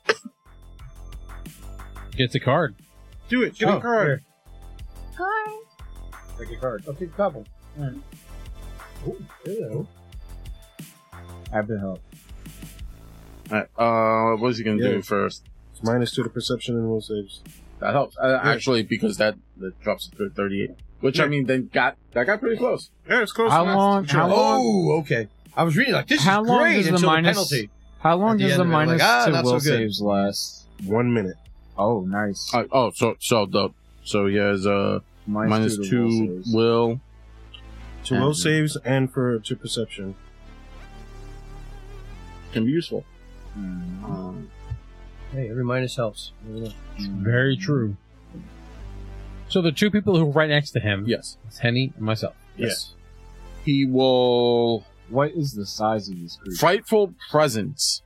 Speaker 8: Gets a card.
Speaker 3: do it.
Speaker 4: Give me a card.
Speaker 2: Hi.
Speaker 5: Take a card.
Speaker 4: I'll take a couple. Ooh, hello.
Speaker 5: I've been helped.
Speaker 1: All right. Uh, what is he going to
Speaker 3: Yeah.
Speaker 1: do first?
Speaker 3: It's minus two to perception and will saves.
Speaker 1: That helps. Uh, actually, because that, that drops it to 38. Which, I
Speaker 3: Yeah.
Speaker 1: mean, then got, that got pretty close.
Speaker 3: Yeah, it's close.
Speaker 7: How
Speaker 3: enough.
Speaker 7: long- how long-
Speaker 4: Oh, okay. I was reading like this
Speaker 7: How
Speaker 4: is
Speaker 7: long
Speaker 4: great
Speaker 7: does the
Speaker 4: until
Speaker 7: minus-
Speaker 4: the penalty.
Speaker 7: How long
Speaker 4: At the
Speaker 7: does the
Speaker 4: end of it, like,
Speaker 7: minus
Speaker 4: ah,
Speaker 7: two
Speaker 4: not so
Speaker 7: will
Speaker 4: good.
Speaker 7: saves last?
Speaker 3: One minute.
Speaker 5: Oh, nice.
Speaker 1: Uh, oh, so, so the, so he has, uh, minus, minus
Speaker 5: to will
Speaker 1: two
Speaker 5: saves.
Speaker 1: will.
Speaker 3: To will saves and for to perception.
Speaker 1: Can be useful.
Speaker 5: Hmm.
Speaker 1: Um,
Speaker 4: Hey, every minus helps.
Speaker 8: Very true. So the two people who were right next to him,
Speaker 1: yes.
Speaker 8: it's Henny and myself.
Speaker 1: Yes. He will.
Speaker 5: What is the size of this creature?
Speaker 1: Frightful presence.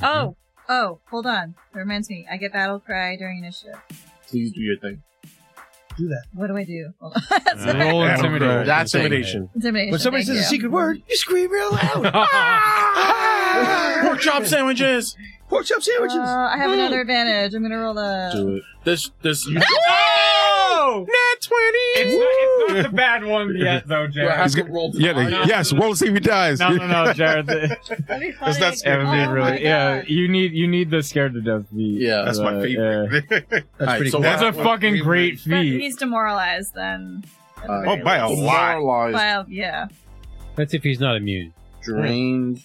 Speaker 2: Oh, oh, hold on. That reminds me. I get battle cry during initiative.
Speaker 1: Please do your thing.
Speaker 4: Do that.
Speaker 2: What do I do? Hold on. Sorry.
Speaker 8: Roll
Speaker 3: Adam
Speaker 8: intimidation.
Speaker 3: Drive.
Speaker 1: That's
Speaker 3: intimidation.
Speaker 2: Intimidation.
Speaker 4: When somebody
Speaker 2: thank
Speaker 4: says a
Speaker 2: you.
Speaker 4: secret word, you scream real loud. Ah!
Speaker 1: Pork chop sandwiches.
Speaker 4: Pork chop sandwiches.
Speaker 2: Uh, I have another advantage. I'm gonna roll a.
Speaker 3: Do it.
Speaker 1: This this you
Speaker 7: Oh!
Speaker 3: Nat
Speaker 7: It's not, it's not the bad one yet, though, Jared.
Speaker 1: have to roll to
Speaker 3: Yeah,
Speaker 1: die.
Speaker 3: they- yes. Won't save he dies.
Speaker 7: No, no, no, Jared. the-
Speaker 2: That'd be funny.
Speaker 3: That's not
Speaker 7: It would be
Speaker 2: Oh my
Speaker 7: really, yeah.
Speaker 2: God.
Speaker 7: You need, you need the scared to death feat.
Speaker 1: Yeah.
Speaker 3: That's
Speaker 7: Uh,
Speaker 3: my favorite.
Speaker 1: All right,
Speaker 4: pretty
Speaker 1: so
Speaker 4: cool.
Speaker 7: That's
Speaker 1: what-
Speaker 7: a fucking great
Speaker 2: But
Speaker 7: feat.
Speaker 2: he's demoralized then. at the
Speaker 1: Uh,
Speaker 2: very
Speaker 3: oh, by a
Speaker 2: least.
Speaker 3: lot.
Speaker 1: Demoralized,
Speaker 2: Well, yeah.
Speaker 8: That's if he's not immune.
Speaker 1: drained.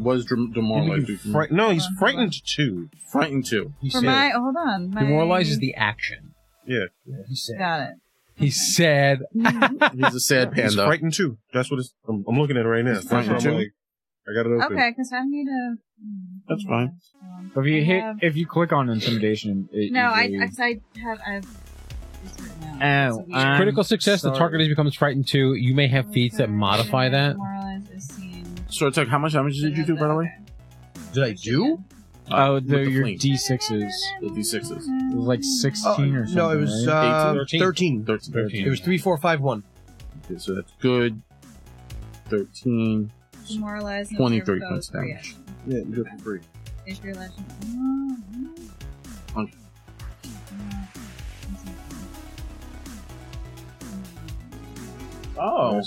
Speaker 1: Was dr- demoralized.
Speaker 3: He's fright- no, he's frightened too.
Speaker 1: frightened too.
Speaker 4: He
Speaker 2: For
Speaker 4: said.
Speaker 2: my, hold on. My,
Speaker 8: Demoralized is the action.
Speaker 4: he said.
Speaker 2: Got it.
Speaker 8: He's sad.
Speaker 1: He's a sad
Speaker 3: He's
Speaker 1: panda.
Speaker 3: frightened too. That's what it's, I'm, I'm looking at it right now. That's
Speaker 1: frightened
Speaker 3: what I'm
Speaker 1: too?
Speaker 3: like. I got it open.
Speaker 2: Okay, because I need a. hmm,
Speaker 1: That's
Speaker 2: oh
Speaker 1: fine.
Speaker 2: my gosh, um,
Speaker 7: If you
Speaker 2: I
Speaker 7: hit,
Speaker 2: have-
Speaker 7: if you click on intimidation, it
Speaker 2: No, I,
Speaker 7: usually-
Speaker 2: I, 'cause I have. I have this right now.
Speaker 7: Oh,
Speaker 2: It's weird.
Speaker 7: I'm
Speaker 8: Critical success. The
Speaker 7: sorry.
Speaker 8: target is becomes frightened too. You may have feats that modify that.
Speaker 2: Demoralized is seen.
Speaker 1: So it's like, how much damage did you do by the way?
Speaker 4: Did I do?
Speaker 7: Oh,
Speaker 1: Uh, with
Speaker 7: they're
Speaker 1: the
Speaker 7: your
Speaker 1: fling.
Speaker 7: D sixes.
Speaker 1: The d6s.
Speaker 7: It was like
Speaker 4: Oh,
Speaker 7: sixteen or something.
Speaker 4: no, it was
Speaker 7: right?
Speaker 4: uh,
Speaker 8: 18,
Speaker 4: 13.
Speaker 1: 13.
Speaker 4: It was three, four, five, one.
Speaker 1: Okay, so that's good. 13.
Speaker 2: Demoralized. and
Speaker 1: 23
Speaker 2: zero
Speaker 1: points
Speaker 2: foes
Speaker 1: damage.
Speaker 2: reaction.
Speaker 1: Yeah, you do it for free.
Speaker 2: If you're legend. Mm, mm.
Speaker 1: Okay. Oh.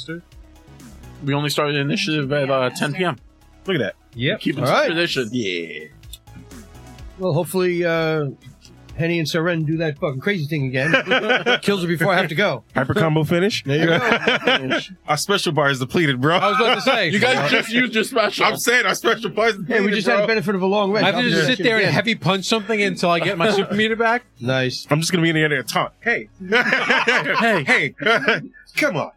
Speaker 1: We only started initiative at uh, 10 p.m.
Speaker 3: Look at that.
Speaker 8: Yep.
Speaker 1: Keep it
Speaker 4: All right.
Speaker 1: tradition.
Speaker 3: Yeah.
Speaker 4: Well, hopefully, uh, Henny and Soren do that fucking crazy thing again. Kills her before I have to go.
Speaker 3: Hyper combo finish.
Speaker 4: There you
Speaker 3: our special bar is depleted, bro.
Speaker 8: I was about to say.
Speaker 1: You guys just used your special.
Speaker 3: I'm saying our special bar is
Speaker 4: Hey,
Speaker 3: depleted.
Speaker 4: we just
Speaker 3: bro.
Speaker 4: had the benefit of a long rest.
Speaker 8: I have to
Speaker 4: I'll do
Speaker 8: just
Speaker 4: that
Speaker 8: sit
Speaker 4: shit
Speaker 8: there and
Speaker 4: again.
Speaker 8: heavy punch something until I get my super meter back.
Speaker 4: Nice.
Speaker 3: I'm just gonna be in the area top. Hey, hey, hey! Come on.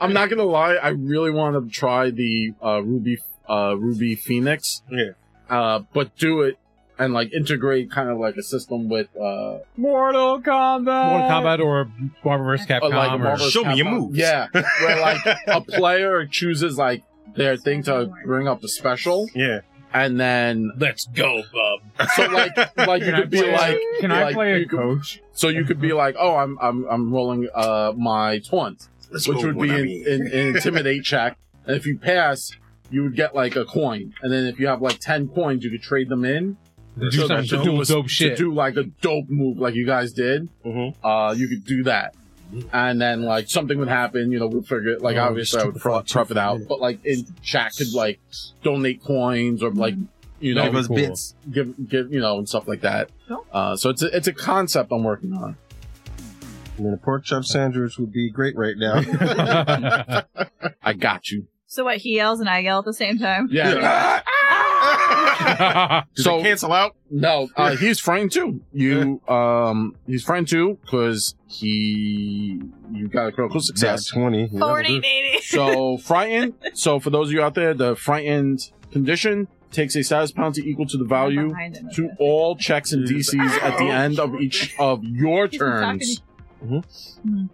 Speaker 1: I'm not gonna lie. I really want to try the uh, Ruby uh, Ruby Phoenix.
Speaker 3: Yeah.
Speaker 1: Uh, but do it and like integrate kind of like a system with uh,
Speaker 7: Mortal Kombat.
Speaker 8: Mortal Kombat or Marvel vs.
Speaker 2: Uh,
Speaker 1: uh,
Speaker 8: Capcom.
Speaker 1: like
Speaker 8: or-
Speaker 1: Marvel's
Speaker 3: show me your
Speaker 1: Capcom.
Speaker 3: moves.
Speaker 1: Yeah, where like a player chooses like their thing to bring up a special,
Speaker 3: Yeah.
Speaker 1: and then
Speaker 8: Let's go, bub.
Speaker 1: so like like you
Speaker 7: Can I
Speaker 1: could be
Speaker 7: play-
Speaker 1: like
Speaker 7: Can I
Speaker 1: like,
Speaker 7: play a
Speaker 1: you could-
Speaker 7: coach?
Speaker 1: so you could be like oh I'm I'm I'm rolling uh my taunt which would be an, an, an intimidate check. And if you pass, you would get like a coin. And then if you have like 10 coins, you could trade them in.
Speaker 8: Do
Speaker 1: So
Speaker 8: something
Speaker 1: that
Speaker 8: to
Speaker 1: you
Speaker 8: do
Speaker 1: was-
Speaker 8: dope
Speaker 1: To
Speaker 8: shit.
Speaker 1: do like a dope move like you guys did.
Speaker 3: Mhm.
Speaker 1: Uh, you could do that. And then like something would happen, you know, we'll figure it. Like
Speaker 4: Oh,
Speaker 1: obviously I would
Speaker 4: stupid
Speaker 1: pro-
Speaker 4: fuck.
Speaker 1: prep it out, but like in chat could like donate coins or like, you know,
Speaker 3: Give us
Speaker 1: bits. Give, give, you know, and stuff like that. Uh, so it's a, it's a concept I'm working on.
Speaker 3: I mean, a pork chop sandwich would be great right now.
Speaker 1: I got you.
Speaker 2: So what? He yells and I yell at the same time.
Speaker 1: Yeah.
Speaker 3: Does
Speaker 1: So-
Speaker 3: it cancel out?
Speaker 1: No, uh, he's frightened too. You, um, he's frightened too because he, you got a critical success.
Speaker 3: That's 20. yeah.
Speaker 2: Forty, baby.
Speaker 1: So frightened. So for those of you out there, the frightened condition takes a status penalty equal to the value
Speaker 2: Behind him.
Speaker 1: to all checks and DCs at the end of each of your
Speaker 2: He's attacking
Speaker 1: turns.
Speaker 8: the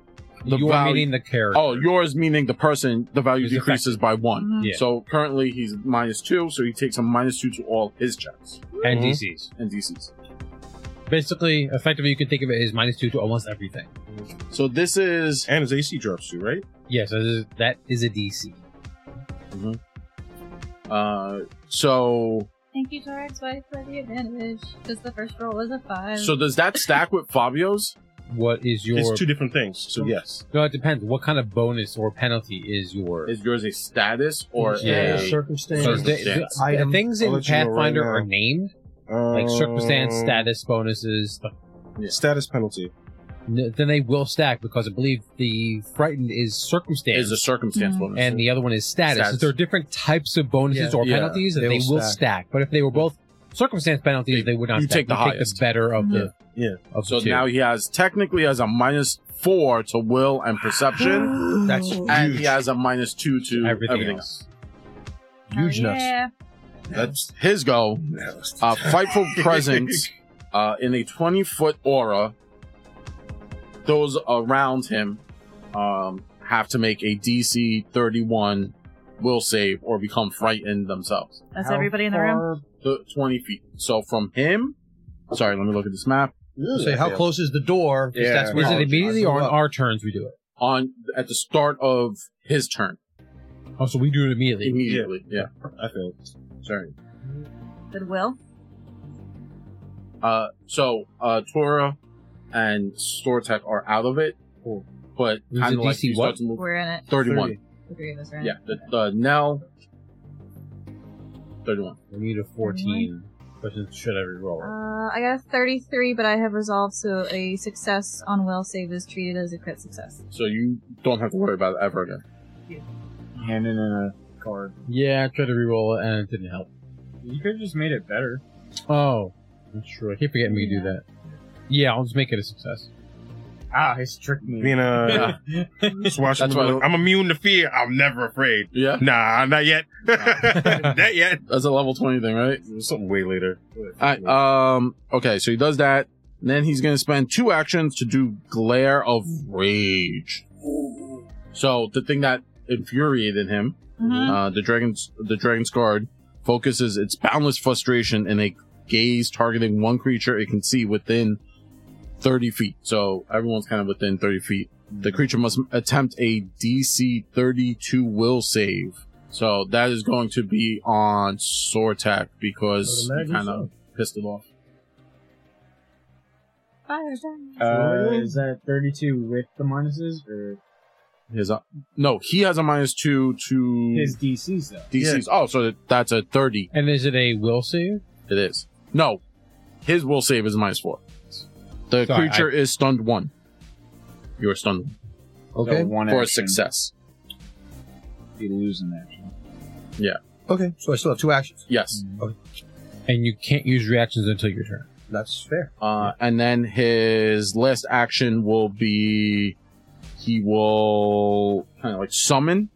Speaker 1: The
Speaker 8: you are
Speaker 1: value-
Speaker 8: meeting the character.
Speaker 1: Oh, yours meaning the person. The value
Speaker 8: Is
Speaker 1: decreases by one.
Speaker 2: Mhm.
Speaker 8: Yeah.
Speaker 1: So currently he's minus two, so he takes a minus two to all his checks
Speaker 8: and
Speaker 3: Mhm.
Speaker 8: DCs.
Speaker 1: and DCs.
Speaker 8: mm-hmm. Basically, effectively, you can think of it as minus two to almost everything.
Speaker 1: So this is
Speaker 3: And his AC drops too, right?
Speaker 8: Yes, that is- that is a DC.
Speaker 1: uh so
Speaker 2: Thank you, Torx Wife, for the advantage. Because the first roll was a five.
Speaker 1: so does that stack with Fabio's?
Speaker 8: What is your?
Speaker 3: It's two different things. So yes.
Speaker 8: no, it depends. What kind of bonus or penalty is your?
Speaker 1: Is yours a status or
Speaker 8: Yeah.
Speaker 1: a
Speaker 4: circumstance.
Speaker 8: So the- the-
Speaker 1: circumstance.
Speaker 8: the
Speaker 4: Item.
Speaker 8: things
Speaker 3: I'll
Speaker 8: in
Speaker 3: let you know right
Speaker 8: Pathfinder
Speaker 3: now.
Speaker 8: are named, like circumstance,
Speaker 3: Um,
Speaker 8: status, bonuses. stuff.
Speaker 3: Status penalty.
Speaker 8: N- Then they will stack because I believe the frightened is circumstance,
Speaker 1: is a circumstance bonus?
Speaker 8: and the other one is status.
Speaker 1: Status.
Speaker 8: So there are different types of bonuses
Speaker 1: Yeah.
Speaker 8: or
Speaker 1: Yeah.
Speaker 8: penalties that
Speaker 4: They
Speaker 8: they,
Speaker 4: will
Speaker 8: will
Speaker 4: stack.
Speaker 8: stack. But if they were both circumstance penalties,
Speaker 1: They-
Speaker 8: they, would not.
Speaker 1: you
Speaker 8: stack.
Speaker 1: take the highest.
Speaker 8: better of the.
Speaker 3: Yeah.
Speaker 8: Of
Speaker 1: so
Speaker 8: the two.
Speaker 1: now he has technically has a minus four to will and perception,
Speaker 4: That's
Speaker 1: and
Speaker 4: huge.
Speaker 1: he has a minus two to everything,
Speaker 8: everything,
Speaker 1: else.
Speaker 8: else.
Speaker 4: huge
Speaker 2: oh,
Speaker 4: nuts.
Speaker 2: yeah.
Speaker 1: That's his go. Uh, frightful presence uh, in a twenty foot aura. Those around him um, have to make a DC thirty one will save or become frightened themselves.
Speaker 2: That's everybody in the room.
Speaker 1: the 20 feet. So from him, sorry, let me look at this map.
Speaker 4: Say, how close is the door? 'Cause
Speaker 1: Yeah.
Speaker 4: that's where
Speaker 8: Is
Speaker 1: Well,
Speaker 8: it immediately or on
Speaker 4: Up.
Speaker 8: our turns we do it?
Speaker 1: On at the start of his turn,
Speaker 8: Oh, so we do it immediately.
Speaker 1: immediately. Yeah,
Speaker 3: I failed.
Speaker 1: sorry.
Speaker 2: Good will.
Speaker 1: Uh, so uh, Tora and Stortek are out of it, but
Speaker 8: Was
Speaker 1: kind
Speaker 8: it
Speaker 1: of like
Speaker 8: DC
Speaker 1: you
Speaker 8: what?
Speaker 1: start to move
Speaker 2: We're in it.
Speaker 1: 31.
Speaker 2: The three of us are in
Speaker 1: Yeah,
Speaker 2: it.
Speaker 1: the, the Nell 31.
Speaker 8: We need a 14. But should I roll?
Speaker 2: Uh, I got a 33, but I have resolved, so a success on will save is treated as a crit success.
Speaker 1: So you don't have to worry about it ever again.
Speaker 5: Handing in a card.
Speaker 8: Yeah, I tried to reroll it and it didn't help.
Speaker 5: You could have just made it better.
Speaker 8: Oh, that's true. I keep forgetting we can do that. Yeah, I'll just make it a success.
Speaker 5: Ah, he's tricked me.
Speaker 3: Being a swashbuckler,
Speaker 1: That's why-
Speaker 3: like, I'm immune to fear. I'm never afraid.
Speaker 1: Yeah,
Speaker 3: Nah, not yet. not yet. uh,
Speaker 1: that's a level 20 thing, right?
Speaker 3: Something way later.
Speaker 1: All right, um, okay, so he does that. And then he's going to spend two actions to do Glare of Rage. So the thing that infuriated him,
Speaker 2: Mhm.
Speaker 1: uh, the dragon's the dragon's guard focuses its boundless frustration in a gaze targeting one creature it can see within 30 feet. So everyone's kind of within 30 feet. The creature must attempt a DC 32 will save. So that is going to be on Sortak because
Speaker 4: I would
Speaker 1: he
Speaker 4: imagine
Speaker 1: kind of pissed it off.
Speaker 2: Fire down.
Speaker 5: Uh, is that 32 with the minuses or
Speaker 1: His uh, no, he has a minus two to
Speaker 5: his DCs though?
Speaker 1: DCs. Oh, so that's a 30.
Speaker 8: And is it a will save?
Speaker 1: It is. No, his will save is minus four. The
Speaker 8: Sorry,
Speaker 1: creature is stunned one. You are stunned
Speaker 4: Okay.
Speaker 5: So one
Speaker 1: for a
Speaker 5: action.
Speaker 1: success.
Speaker 5: You lose an action.
Speaker 4: Okay, so I still have two actions.
Speaker 1: Yes.
Speaker 8: And you can't use reactions until your turn.
Speaker 4: That's fair.
Speaker 1: Uh, and then his last action will be he will kind of like summon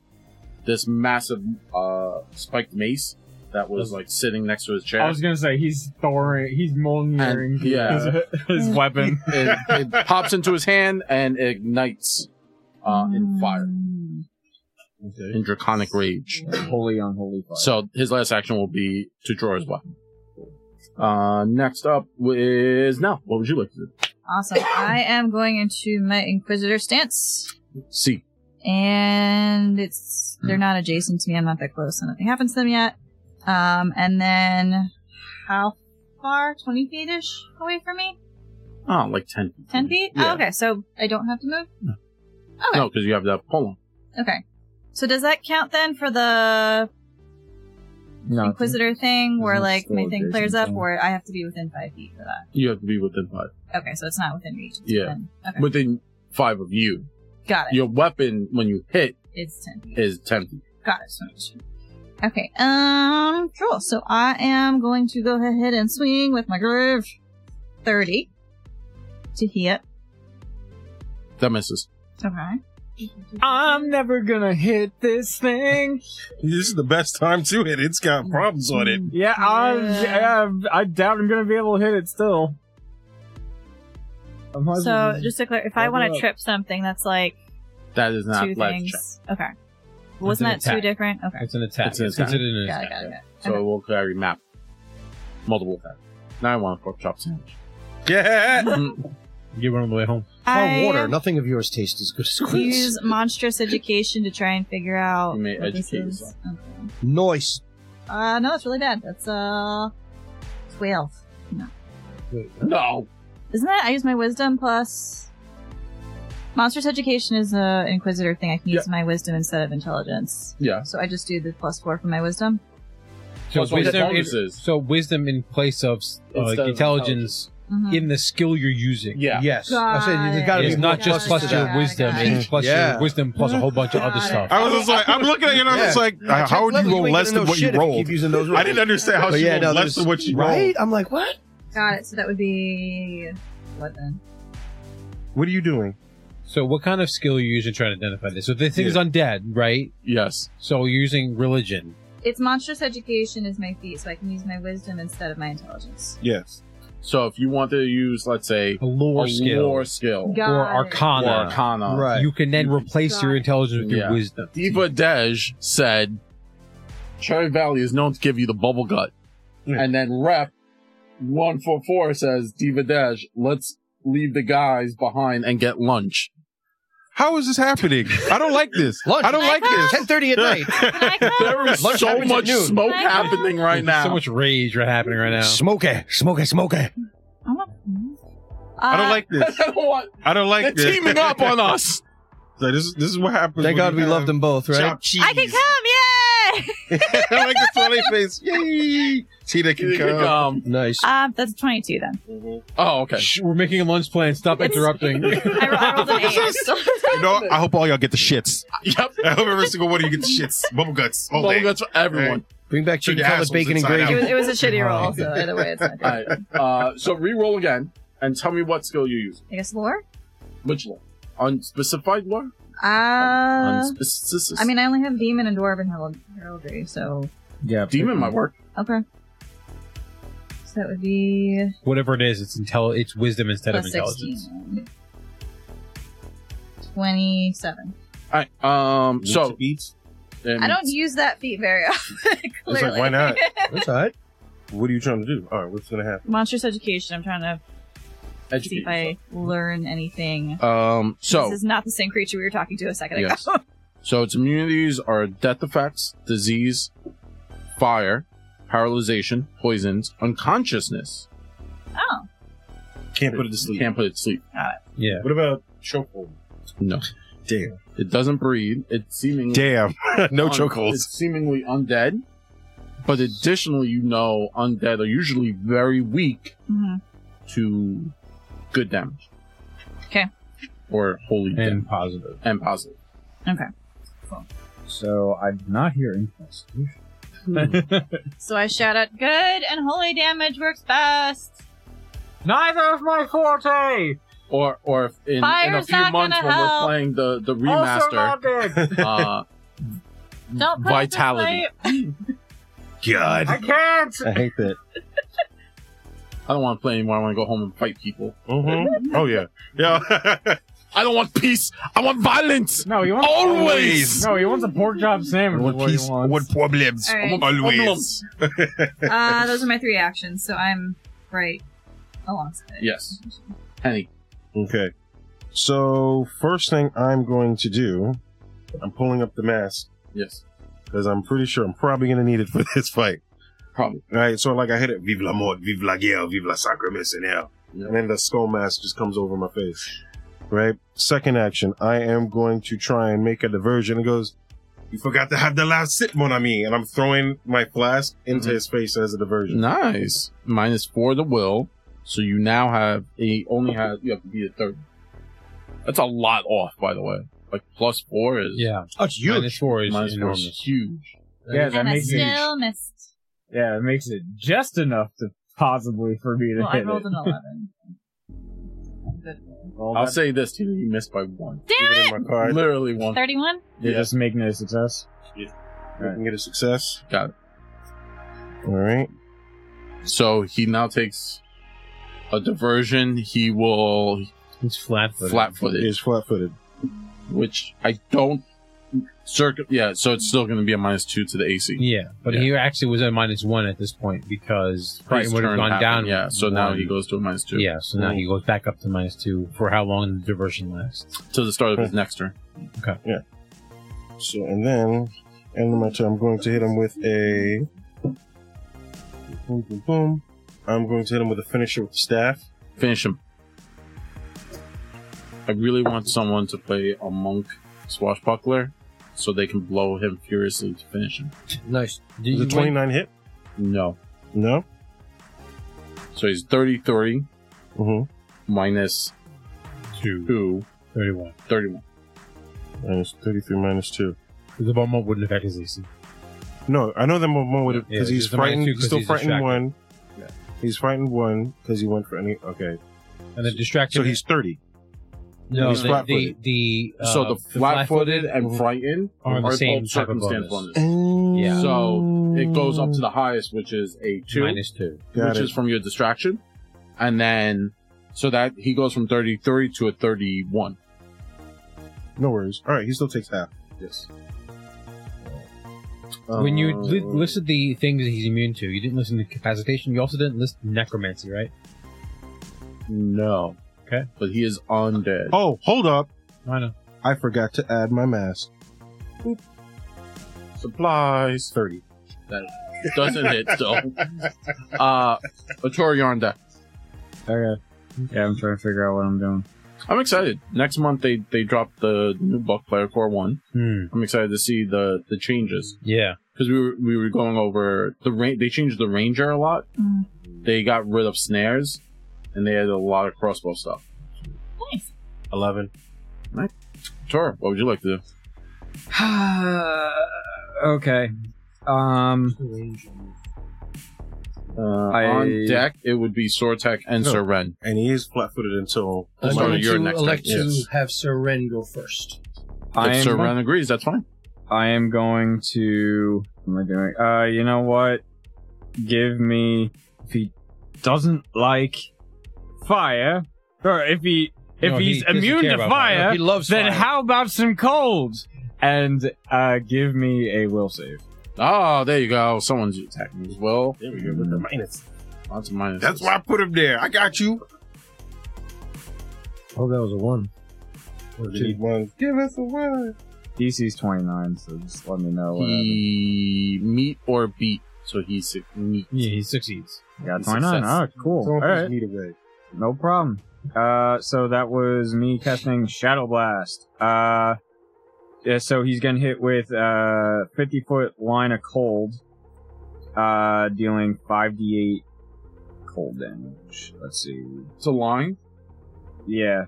Speaker 1: this massive uh, spiked mace that was like sitting next to his chair.
Speaker 7: I was gonna say he's Thorin. He's Mjolniring
Speaker 1: And- yeah.
Speaker 7: his, his weapon.
Speaker 1: it, it pops into his hand and ignites uh,
Speaker 2: Mm.
Speaker 1: in fire
Speaker 2: Hmm.
Speaker 1: in draconic rage.
Speaker 5: Holy unholy fire.
Speaker 1: So his last action will be to draw his weapon. Uh, next up is now. What would you like to do?
Speaker 2: Awesome. I am going into my Inquisitor stance.
Speaker 1: See,
Speaker 2: and it's they're not adjacent to me. I'm not that close, so nothing happens to them yet. Um, and then how far? Twenty feet ish away from me?
Speaker 1: Oh, like 10 feet.
Speaker 2: Ten feet?
Speaker 1: Yeah.
Speaker 2: Oh, okay, so I don't have to move. okay.
Speaker 1: No, because you have that pole.
Speaker 2: Okay. So does that count then for the
Speaker 5: No.
Speaker 2: Inquisitor thing, where
Speaker 5: Isn't it
Speaker 2: like my
Speaker 5: still
Speaker 2: thing
Speaker 5: adjacent
Speaker 2: clears up,
Speaker 5: thing?
Speaker 2: or I have to be within five feet for that?
Speaker 1: You have to be within five.
Speaker 2: Okay, so it's not within reach. it's
Speaker 1: Yeah.
Speaker 2: within- Okay.
Speaker 1: Within five of you.
Speaker 2: Got it.
Speaker 1: Your weapon, when you hit,
Speaker 2: It's ten feet.
Speaker 1: is 10 feet.
Speaker 2: Got it. So it's- Okay. Um. Cool. So I am going to go ahead and swing with my groove thirty to hit.
Speaker 1: That misses.
Speaker 2: Okay.
Speaker 7: I'm never gonna hit this thing.
Speaker 3: This is the best time to hit. It's got problems on
Speaker 5: Mm.
Speaker 3: it.
Speaker 7: Yeah, I'm,
Speaker 2: Yeah.
Speaker 7: yeah, I doubt I'm gonna be able to hit it still. I might as well
Speaker 2: So just to clear, if I want to trip something, that's like
Speaker 1: That is not
Speaker 2: two
Speaker 1: last check.
Speaker 2: things. Okay. Wasn't that
Speaker 8: That's an
Speaker 2: two
Speaker 8: attack.
Speaker 2: different? Okay.
Speaker 8: It's an attack.
Speaker 1: It's an
Speaker 8: It's
Speaker 1: attack.
Speaker 8: considered an
Speaker 2: Got
Speaker 8: attack.
Speaker 2: it. Got it. Got it.
Speaker 1: So it will carry map. Multiple attacks. Now I want a pork chop sandwich.
Speaker 3: Yeah.
Speaker 1: Mm,
Speaker 8: Get one on the way home.
Speaker 2: I
Speaker 4: Or water. Nothing of yours tastes as good as Quinn's.
Speaker 2: use monstrous education to try and figure out.
Speaker 1: You may
Speaker 2: what this
Speaker 1: educate
Speaker 2: is.
Speaker 1: yourself.
Speaker 2: Okay.
Speaker 4: Noise.
Speaker 2: Uh, no, it's really bad. That's uh, twelve.
Speaker 1: no.
Speaker 2: Isn't that? I use my wisdom plus. Monsters Education is a Inquisitor thing. I can use my wisdom instead of intelligence.
Speaker 1: Yeah.
Speaker 2: So I just do the plus four for my wisdom.
Speaker 8: So
Speaker 1: Plus what your
Speaker 8: wisdom,
Speaker 1: bonus
Speaker 8: in,
Speaker 1: is.
Speaker 8: so wisdom in place of uh,
Speaker 1: Instead of
Speaker 8: intelligence
Speaker 2: Mhm.
Speaker 8: in the skill you're using.
Speaker 1: Yeah.
Speaker 4: Yes.
Speaker 2: Got
Speaker 4: I said there's gotta
Speaker 2: it.
Speaker 4: be
Speaker 8: It's not
Speaker 4: more
Speaker 8: just
Speaker 2: Got
Speaker 4: pluses
Speaker 8: plus
Speaker 4: to
Speaker 2: it,
Speaker 8: your
Speaker 4: that.
Speaker 2: got it,
Speaker 8: wisdom.
Speaker 2: got it.
Speaker 8: It's plus
Speaker 4: Yeah.
Speaker 8: your wisdom plus a whole bunch of other
Speaker 2: Got it.
Speaker 8: stuff.
Speaker 3: I was just like, I'm looking at you and I was
Speaker 4: Yeah.
Speaker 3: like, uh, how would you
Speaker 4: Luckily,
Speaker 3: roll
Speaker 4: ain't
Speaker 3: less
Speaker 4: gonna
Speaker 3: than
Speaker 4: know
Speaker 3: what
Speaker 4: shit
Speaker 3: you
Speaker 4: if
Speaker 3: rolled?
Speaker 4: Keep using those
Speaker 3: I didn't understand how
Speaker 4: But
Speaker 3: she
Speaker 4: yeah,
Speaker 3: rolled
Speaker 4: no,
Speaker 3: less
Speaker 4: there's-
Speaker 3: than what she
Speaker 4: right?
Speaker 3: rolled.
Speaker 4: I'm like, what?
Speaker 2: Got it. So that would be what then?
Speaker 3: What are you doing?
Speaker 8: So what kind of skill are you using to try to identify this? So the thing is undead, right?
Speaker 1: Yes.
Speaker 8: So you're using religion.
Speaker 2: It's Monstrous Education is my feat, so I can use my wisdom instead of my intelligence.
Speaker 3: Yes.
Speaker 1: So if you want to use, let's say,
Speaker 8: A lore
Speaker 1: a
Speaker 8: skill.
Speaker 1: lore skill
Speaker 2: Got
Speaker 8: or
Speaker 2: it.
Speaker 1: or
Speaker 8: arcana.
Speaker 1: arcana,
Speaker 4: Right.
Speaker 8: You can then replace your intelligence with your
Speaker 1: Yeah.
Speaker 8: wisdom.
Speaker 1: Diva Dej said, Cherry Valley is known to give you the bubble gut.
Speaker 3: Yeah.
Speaker 1: And then Rep 144 says, Diva Dej, let's leave the guys behind and get lunch.
Speaker 3: How is this happening? I don't like this.
Speaker 4: Lunch.
Speaker 3: I don't like this.
Speaker 4: 10:30 at night.
Speaker 2: Can I come?
Speaker 1: There is
Speaker 4: Lunch
Speaker 1: so
Speaker 4: happens at
Speaker 1: much
Speaker 4: noon.
Speaker 1: smoke
Speaker 2: Right now.
Speaker 1: happening right now.
Speaker 8: So much rage right happening right now.
Speaker 4: Smoke it, smoke it, smoke it.
Speaker 2: I'm not-
Speaker 3: I
Speaker 2: Uh,
Speaker 3: don't like this.
Speaker 1: I don't want-
Speaker 3: I don't
Speaker 1: they're
Speaker 3: like this.
Speaker 1: teaming up on us.
Speaker 3: So this, this is what happens.
Speaker 4: Thank
Speaker 3: when
Speaker 4: God
Speaker 3: you
Speaker 4: we
Speaker 3: have
Speaker 4: love them both, right?
Speaker 6: Chop cheese.
Speaker 2: I can come! Yay!
Speaker 3: I like the smiley face. Yay! Tina can come.
Speaker 1: Um,
Speaker 4: Nice.
Speaker 2: Um, that's twenty-two then.
Speaker 1: oh, okay.
Speaker 8: Shh, we're making a lunch plan. Stop
Speaker 2: It's-
Speaker 8: interrupting.
Speaker 2: I, ro- I rolled an eight.
Speaker 3: You know, I hope all y'all get the shits.
Speaker 1: Yep.
Speaker 3: I hope every single one of you get the shits. Bubble guts. All
Speaker 1: Bubble
Speaker 3: day.
Speaker 1: guts for everyone.
Speaker 4: Bring back
Speaker 3: Turn
Speaker 4: chicken
Speaker 3: your
Speaker 4: cutlet,
Speaker 3: assholes
Speaker 4: bacon, and
Speaker 3: inside
Speaker 4: gravy.
Speaker 2: It was, it was a shitty roll, so either way, it's not
Speaker 1: All
Speaker 2: good.
Speaker 1: right. Uh, so re-roll again and tell me what skill you use.
Speaker 2: I guess lore.
Speaker 1: Which lore? Unspecified lore?
Speaker 2: Uh,
Speaker 1: Unspecific.
Speaker 2: I mean, I only have demon and dwarven herald- heraldry, so
Speaker 5: Yeah.
Speaker 1: demon might work.
Speaker 2: okay. So that would be
Speaker 8: Whatever it is, it's intel. It's wisdom instead
Speaker 2: plus
Speaker 8: of
Speaker 2: sixteen.
Speaker 8: intelligence.
Speaker 2: Twenty-seven.
Speaker 1: All right. Um. So
Speaker 3: beats.
Speaker 1: and
Speaker 2: I don't use that feat very often.
Speaker 3: It's
Speaker 2: Clearly.
Speaker 3: like, why not?
Speaker 4: That's all right.
Speaker 3: What are you trying to do? All right, what's gonna happen?
Speaker 2: Monstrous education. I'm trying to see
Speaker 1: educate.
Speaker 2: if I learn anything.
Speaker 1: Um. So
Speaker 2: this is not the same creature we were talking to a second ago.
Speaker 1: Yes. so its immunities are death effects, disease, fire, paralyzation, poisons, unconsciousness.
Speaker 2: oh,
Speaker 3: Can't put it to sleep.
Speaker 1: Can't put it to sleep.
Speaker 8: Yeah.
Speaker 3: What about chokehold?
Speaker 1: No.
Speaker 3: Damn.
Speaker 1: It doesn't breathe. It's seemingly
Speaker 3: Damn. no
Speaker 1: un-
Speaker 3: chokeholds.
Speaker 1: It's seemingly undead. But additionally, you know, undead are usually very weak
Speaker 2: hmm
Speaker 1: to good damage.
Speaker 2: Okay.
Speaker 1: Or holy damage
Speaker 8: And positive.
Speaker 1: and positive.
Speaker 5: So I did not hear inquisition.
Speaker 2: so I shout out, "Good and holy damage works best."
Speaker 7: Neither of my forte.
Speaker 1: Or, or if in, in a
Speaker 2: Fire's
Speaker 1: few
Speaker 2: not
Speaker 1: months
Speaker 2: gonna
Speaker 1: when we're
Speaker 2: help.
Speaker 1: playing the the
Speaker 5: Oh,
Speaker 7: Also
Speaker 1: remaster,
Speaker 7: not big.
Speaker 1: uh,
Speaker 2: Don't put
Speaker 1: vitality.
Speaker 2: It
Speaker 7: I
Speaker 3: God.
Speaker 7: can't.
Speaker 3: I hate that.
Speaker 1: I don't want to play anymore. I want to go home and fight people.
Speaker 3: hmm Oh yeah. Yeah.
Speaker 1: I don't want peace. I want violence.
Speaker 7: No, he wants
Speaker 1: Always.
Speaker 7: No, he wants a pork chop sandwich. is What he wants.
Speaker 3: problems?
Speaker 2: All right.
Speaker 3: Always.
Speaker 2: this way. uh, those are my three actions, so I'm right alongside. it.
Speaker 1: Yes. Henny.
Speaker 3: Okay. So first thing I'm going to do I'm pulling up the mask
Speaker 1: Yes.
Speaker 3: because I'm pretty sure I'm probably gonna need it for this fight.
Speaker 1: Probably.
Speaker 3: All right, so like I hit it, vive la mort, vive la guerre, vive la sacre mercenaire,
Speaker 1: Yeah.
Speaker 3: and then the skull mask just comes over my face. Right. Second action, I am going to try and make a diversion. It goes, you forgot to have the last sip, mon ami, and I'm throwing my flask into
Speaker 1: Mhm.
Speaker 3: his face as a diversion.
Speaker 1: Nice. Minus four the will. So you now have a only have you have to be a third. That's a lot off, by the way. Like plus four is
Speaker 8: Yeah.
Speaker 4: Oh, it's huge.
Speaker 8: Minus four is
Speaker 1: minus four
Speaker 8: enormous.
Speaker 1: is huge.
Speaker 5: Yeah, that
Speaker 2: and I
Speaker 5: makes it.
Speaker 2: still missed.
Speaker 5: Yeah, it makes it just enough to possibly for me to
Speaker 2: Well, I
Speaker 5: hit
Speaker 2: rolled
Speaker 5: it.
Speaker 2: an 11. Good.
Speaker 5: Well,
Speaker 1: I'll
Speaker 5: that-
Speaker 1: say this to you, you missed by one.
Speaker 2: Damn
Speaker 3: Give
Speaker 2: it!
Speaker 3: it in my card.
Speaker 1: 31.
Speaker 2: 31?
Speaker 5: you just make no success.
Speaker 3: I can get a success.
Speaker 1: Got it.
Speaker 3: All right.
Speaker 1: So he now takes a diversion. He will
Speaker 8: It's flat.
Speaker 1: flat footed,
Speaker 3: He's flat footed.
Speaker 1: which I don't. Circ- yeah, so it's still going to be a minus two to the AC.
Speaker 8: Yeah, but
Speaker 1: Yeah.
Speaker 8: he actually was at minus one at this point because Crichton
Speaker 1: His
Speaker 8: would have
Speaker 1: turn
Speaker 8: gone
Speaker 1: happened,
Speaker 8: down.
Speaker 1: Yeah, so now
Speaker 8: one.
Speaker 1: he goes to a minus two.
Speaker 8: Yeah, so now he goes back up to minus two for how long the diversion lasts.
Speaker 1: To the start of his next turn.
Speaker 3: So and then end of my turn, I'm going to hit him with a boom boom boom. I'm going to hit him with a finisher with the staff.
Speaker 1: Finish him. I really want someone to play a monk swashbuckler so they can blow him furiously to finish him.
Speaker 8: Nice. Did
Speaker 3: Is
Speaker 8: you
Speaker 3: it 29 hit?
Speaker 1: No.
Speaker 3: No.
Speaker 1: So he's 33
Speaker 3: Mm-hmm.
Speaker 1: minus
Speaker 8: Two.
Speaker 1: 2,
Speaker 8: 31.
Speaker 1: 31.
Speaker 3: Minus 33 minus two.
Speaker 8: The bomb up wouldn't affect his AC.
Speaker 3: No, I know that Momo would have
Speaker 8: Yeah,
Speaker 3: because
Speaker 8: it's
Speaker 3: he's
Speaker 8: just a minus
Speaker 3: frightened.
Speaker 8: two
Speaker 3: He's
Speaker 8: 'cause
Speaker 3: still
Speaker 8: he's
Speaker 3: frightened
Speaker 8: distracted.
Speaker 3: one.
Speaker 1: Yeah.
Speaker 3: He's frightened one because he went for any. Okay,
Speaker 8: And the distraction.
Speaker 3: so he's 30.
Speaker 8: no,
Speaker 1: he's
Speaker 8: the, the,
Speaker 1: flat-footed.
Speaker 8: the, uh,
Speaker 1: so the flat footed and frightened
Speaker 8: Are the
Speaker 1: both
Speaker 8: same type of
Speaker 1: circumstance
Speaker 8: bonus.
Speaker 1: bonuses.
Speaker 8: Yeah.
Speaker 1: So it goes up to the highest, which is a 2,
Speaker 8: minus two.
Speaker 3: Got
Speaker 1: which
Speaker 3: it.
Speaker 1: is from your distraction. And then, so that he goes from 33 to a 31.
Speaker 3: no worries. All right, he still takes half.
Speaker 1: Yes.
Speaker 8: when you
Speaker 1: Oh. Uh,
Speaker 8: li- listed the things that he's immune to, you didn't listen to capacitation. You also didn't list necromancy, right?
Speaker 1: No.
Speaker 8: Okay.
Speaker 1: But he is undead.
Speaker 3: Oh, hold up!
Speaker 8: I know.
Speaker 3: I forgot to add my mask.
Speaker 1: Supplies.
Speaker 3: 30.
Speaker 1: Doesn't hit still. uh, a Tori yarn deck.
Speaker 5: Okay. Yeah, I'm trying to figure out what I'm doing.
Speaker 1: I'm excited. Next month they they drop the new buck player core one.
Speaker 8: Hmm.
Speaker 1: I'm excited to see the the changes
Speaker 8: Yeah.
Speaker 1: because we were we were going over the ra- they changed the ranger a lot.
Speaker 2: Mm.
Speaker 1: They got rid of snares, and they had a lot of crossbow stuff.
Speaker 2: Nice.
Speaker 3: 11.
Speaker 1: Tor, what would you like to do?
Speaker 5: okay. Um.
Speaker 1: Uh,
Speaker 5: I-
Speaker 1: On deck, it would be Sortek and
Speaker 3: No.
Speaker 1: Sir Ren.
Speaker 3: And he is flat footed until.
Speaker 1: Oh,
Speaker 4: I'm
Speaker 1: sorry,
Speaker 4: going
Speaker 1: you're
Speaker 4: to
Speaker 1: next
Speaker 4: elect
Speaker 1: turn.
Speaker 4: to
Speaker 3: Yes.
Speaker 4: have Sir Ren go first.
Speaker 5: I
Speaker 1: If
Speaker 5: am
Speaker 1: Sir Ren agrees, that's fine.
Speaker 5: I am going to. What am I doing? Uh, you know what? Give me. If he doesn't like fire, or if he if
Speaker 8: No, he
Speaker 5: he's
Speaker 8: doesn't
Speaker 5: immune
Speaker 8: care
Speaker 5: to
Speaker 8: about
Speaker 5: fire,
Speaker 4: he loves
Speaker 5: then
Speaker 4: fire.
Speaker 5: how about some cold? And uh, give me a will save.
Speaker 1: Oh, there you go. Someone's attacking as well.
Speaker 3: There we go with the minus.
Speaker 1: Lots of minuses.
Speaker 3: That's why I put him there. I got you.
Speaker 4: Oh, that was a one.
Speaker 3: One. Give us a one.
Speaker 5: DC's twenty nine, so just let me know. What happens.
Speaker 1: He meet or beat, so he's a meet.
Speaker 8: Yeah, he succeeds.
Speaker 5: Got
Speaker 1: he's
Speaker 5: twenty nine.
Speaker 1: success.
Speaker 5: Oh, cool. All
Speaker 3: Someone push
Speaker 5: right,
Speaker 3: me away.
Speaker 5: no problem. Uh, so that was me casting Shadow Blast. Uh, yeah, so he's gonna hit with uh 50 foot line of cold, uh, dealing 5d8 cold damage. Let's see.
Speaker 1: It's a line.
Speaker 5: Yeah,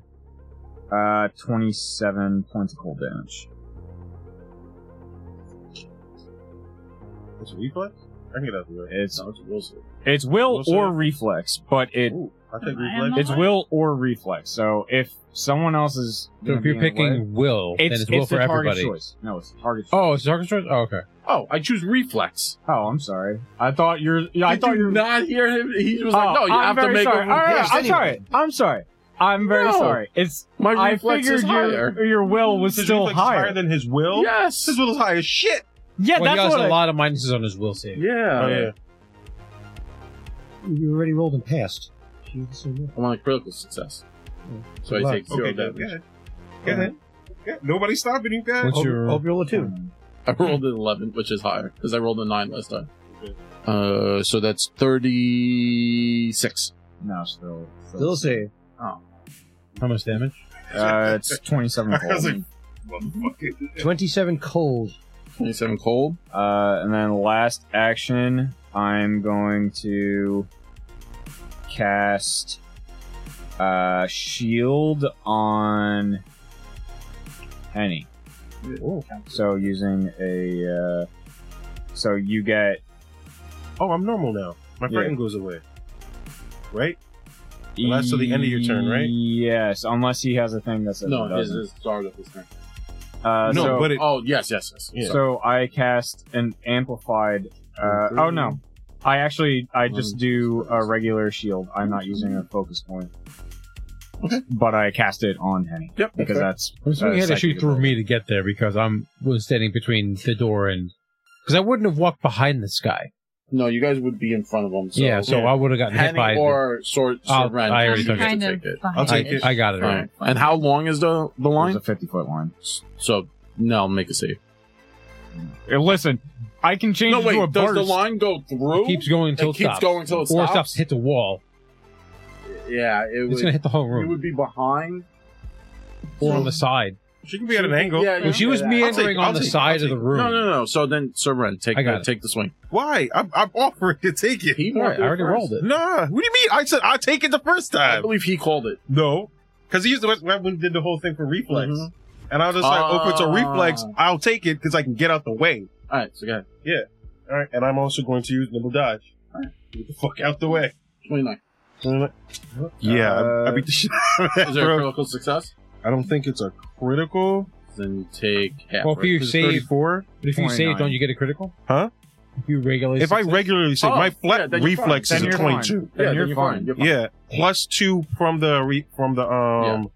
Speaker 5: uh, 27 points of cold damage.
Speaker 3: It's a reflex? I can get out of the way.
Speaker 5: It's-
Speaker 3: No, it's a will save.
Speaker 5: It's will
Speaker 3: Will save?
Speaker 5: or reflex, but it
Speaker 3: Ooh, I
Speaker 2: I
Speaker 3: think
Speaker 2: am
Speaker 3: reflex.
Speaker 2: not-
Speaker 5: it's will or reflex. So if someone else is,
Speaker 8: So
Speaker 5: gonna
Speaker 8: if you're
Speaker 5: be in the way-
Speaker 8: picking will, then it's, will
Speaker 5: the
Speaker 8: for everybody.
Speaker 5: choice. No, it's the target.
Speaker 8: Oh, it's Dark Choice? Oh, okay.
Speaker 1: Oh, I choose reflex.
Speaker 5: Oh, I'm sorry. I thought you're. Yeah, I
Speaker 1: Did
Speaker 5: thought
Speaker 1: you
Speaker 5: you're.
Speaker 1: not hear him. He was
Speaker 5: Oh,
Speaker 1: like, "No, you
Speaker 5: I'm
Speaker 1: have to
Speaker 5: very
Speaker 1: make
Speaker 5: sorry.
Speaker 1: a
Speaker 5: All right,
Speaker 4: Yes,
Speaker 5: I'm
Speaker 4: anyway.
Speaker 5: sorry. I'm sorry. I'm very
Speaker 1: No.
Speaker 5: sorry. It's.
Speaker 1: My
Speaker 5: I
Speaker 1: reflex
Speaker 5: figured
Speaker 1: is
Speaker 5: your
Speaker 1: higher."
Speaker 5: your will was
Speaker 3: His
Speaker 5: still
Speaker 3: reflex is
Speaker 5: higher.
Speaker 3: than his will.
Speaker 1: Yes.
Speaker 3: His will is high as shit.
Speaker 5: yeah,
Speaker 8: well, he
Speaker 5: that's
Speaker 8: has
Speaker 5: what.
Speaker 8: a
Speaker 5: I,
Speaker 8: lot of minuses on his will save.
Speaker 1: Yeah.
Speaker 3: Oh yeah.
Speaker 4: You already rolled and passed. Jesus, Sir Ren.
Speaker 1: I want a critical success, so
Speaker 8: Mm.
Speaker 4: Good
Speaker 1: I
Speaker 4: luck.
Speaker 1: take zero
Speaker 3: Okay. Go
Speaker 1: damage.
Speaker 3: ahead. Go ahead.
Speaker 6: Yeah, nobody's stopping you guys.
Speaker 4: Hope, hope you roll a two.
Speaker 1: I rolled an 11, which is higher because I rolled a 9 last time. Uh, so that's 36.
Speaker 5: No, still. oh.
Speaker 4: Still save.
Speaker 8: How much damage?
Speaker 5: Uh, it's 27
Speaker 6: I was
Speaker 5: cold.
Speaker 6: like,
Speaker 3: Oh,
Speaker 6: motherfucker.
Speaker 4: 27 cold.
Speaker 1: 27 cold.
Speaker 5: Uh, and then last action, I'm going to cast uh, shield on Henny. So using a, uh, so you get
Speaker 3: Oh, I'm normal now. My
Speaker 5: Yeah.
Speaker 3: frighten goes away. Right? Well, that's till the end of your turn, right?
Speaker 5: Yes, unless he has a thing that says
Speaker 1: No,
Speaker 5: it
Speaker 1: it is
Speaker 5: doesn't.
Speaker 1: it's start of his turn.
Speaker 5: Uh,
Speaker 3: no,
Speaker 5: so,
Speaker 3: but it,
Speaker 1: Oh, yes, yes, yes.
Speaker 3: Yeah.
Speaker 5: so I cast an amplified. Uh, oh no, I actually I just do a regular shield. I'm not using a focus point. But I cast it on Henny
Speaker 1: Yep.
Speaker 5: because that's
Speaker 8: I'm assuming
Speaker 5: Uh,
Speaker 8: he had to
Speaker 5: psychic
Speaker 8: shoot through
Speaker 5: ability.
Speaker 8: me to get there because I'm was standing between the door and because I wouldn't have walked behind this guy.
Speaker 1: No, you guys would be in front of him. So.
Speaker 8: yeah, so I would have gotten hit
Speaker 1: Henning
Speaker 8: by.
Speaker 1: or Sword,
Speaker 8: I'll-
Speaker 1: Sword Ren.
Speaker 8: I
Speaker 1: you
Speaker 8: already
Speaker 1: should
Speaker 8: took it.
Speaker 1: get
Speaker 2: kind
Speaker 1: to
Speaker 2: of
Speaker 1: take it.
Speaker 2: behind
Speaker 3: I'll take
Speaker 2: it.
Speaker 3: it.
Speaker 8: I got it.
Speaker 1: All
Speaker 8: Right.
Speaker 1: right. And how long is the, the
Speaker 5: it's
Speaker 1: line?
Speaker 5: a 50 foot line.
Speaker 1: So, no, make a save.
Speaker 5: Uh,
Speaker 7: Hey, listen, I can change
Speaker 1: No,
Speaker 7: it to a
Speaker 1: wait, does
Speaker 7: burst.
Speaker 1: the line go through?
Speaker 8: It keeps going until
Speaker 1: It
Speaker 8: it,
Speaker 1: keeps
Speaker 8: stops.
Speaker 1: going till it
Speaker 8: or
Speaker 1: stops?
Speaker 8: hit the wall.
Speaker 1: yeah, it
Speaker 8: It's
Speaker 1: would,
Speaker 8: gonna hit the whole
Speaker 1: you
Speaker 8: room
Speaker 1: would be behind.
Speaker 8: or on the side.
Speaker 3: she can be at an angle.
Speaker 1: Yeah,
Speaker 8: If she was
Speaker 1: me.
Speaker 8: meandering
Speaker 3: take- I'll
Speaker 8: on the
Speaker 3: take it,
Speaker 8: side
Speaker 3: I'll
Speaker 8: of the
Speaker 3: take
Speaker 8: room,
Speaker 1: No, no, no. So then, Sir Ren, take,
Speaker 8: I got
Speaker 1: the,
Speaker 8: it.
Speaker 1: take the swing.
Speaker 3: Why? I'm, I'm offering to take it.
Speaker 1: He
Speaker 8: All
Speaker 1: went
Speaker 8: right, I
Speaker 1: through
Speaker 8: already
Speaker 1: first.
Speaker 8: rolled it.
Speaker 3: Nah, what do you mean? I said I take it the first
Speaker 1: I
Speaker 3: time.
Speaker 1: believe he called it.
Speaker 3: No, Mm-hmm. because he used the when did the whole thing for reflex,
Speaker 1: Mhm.
Speaker 3: and I was just like, oh, if it's a
Speaker 1: Ah.
Speaker 3: reflex, I'll take it because I can get out the way.
Speaker 1: All right, so got
Speaker 3: All right, and I'm also going to use nimble dodge. Get the fuck out the way.
Speaker 1: 29.
Speaker 3: Yeah, I- I
Speaker 5: Uh,
Speaker 3: beat the shit out of
Speaker 1: Is
Speaker 3: that,
Speaker 1: there a
Speaker 3: bro.
Speaker 1: critical success?
Speaker 3: I don't think it's a critical.
Speaker 1: Then you take half.
Speaker 8: Well, if
Speaker 1: right?
Speaker 8: you
Speaker 3: It's
Speaker 8: save,
Speaker 3: 34.
Speaker 8: but if you save,
Speaker 5: 29.
Speaker 8: don't you get a critical?
Speaker 3: Huh?
Speaker 8: If you regularly,
Speaker 3: If I
Speaker 8: succeed-
Speaker 3: regularly save,
Speaker 1: Oh,
Speaker 3: my
Speaker 1: yeah,
Speaker 3: flat
Speaker 1: then you're fine.
Speaker 3: reflex
Speaker 5: Then
Speaker 3: is a
Speaker 5: you're
Speaker 3: 22.
Speaker 5: Then
Speaker 1: yeah,
Speaker 5: you're
Speaker 1: then you're fine.
Speaker 5: fine.
Speaker 1: You're fine.
Speaker 3: Yeah, plus two from the re- from the um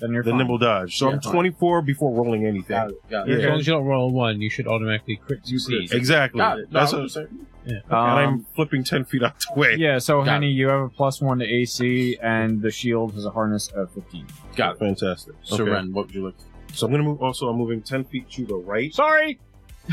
Speaker 5: Then you're
Speaker 3: the
Speaker 5: fine.
Speaker 3: nimble dodge. So
Speaker 1: Yeah,
Speaker 3: I'm
Speaker 1: fine.
Speaker 3: 24 before rolling anything.
Speaker 1: Got it. Got it.
Speaker 8: as
Speaker 3: Yeah.
Speaker 8: long as you don't roll a one, you should automatically crit
Speaker 1: You
Speaker 8: succeed.
Speaker 1: crit.
Speaker 3: Exactly.
Speaker 1: Got it. No,
Speaker 3: That's
Speaker 1: I
Speaker 3: what
Speaker 1: was just saying.
Speaker 3: and
Speaker 5: Um,
Speaker 3: I'm flipping 10 feet out the way.
Speaker 5: yeah, so
Speaker 1: Got
Speaker 5: Henny, you have a plus one to AC, and the shield has a harness of 15.
Speaker 1: Got it.
Speaker 3: Fantastic.
Speaker 1: Sir
Speaker 3: Okay.
Speaker 1: Ren, what would you like?
Speaker 3: So I'm gonna move. Also, I'm moving ten feet to the right.
Speaker 5: Sorry!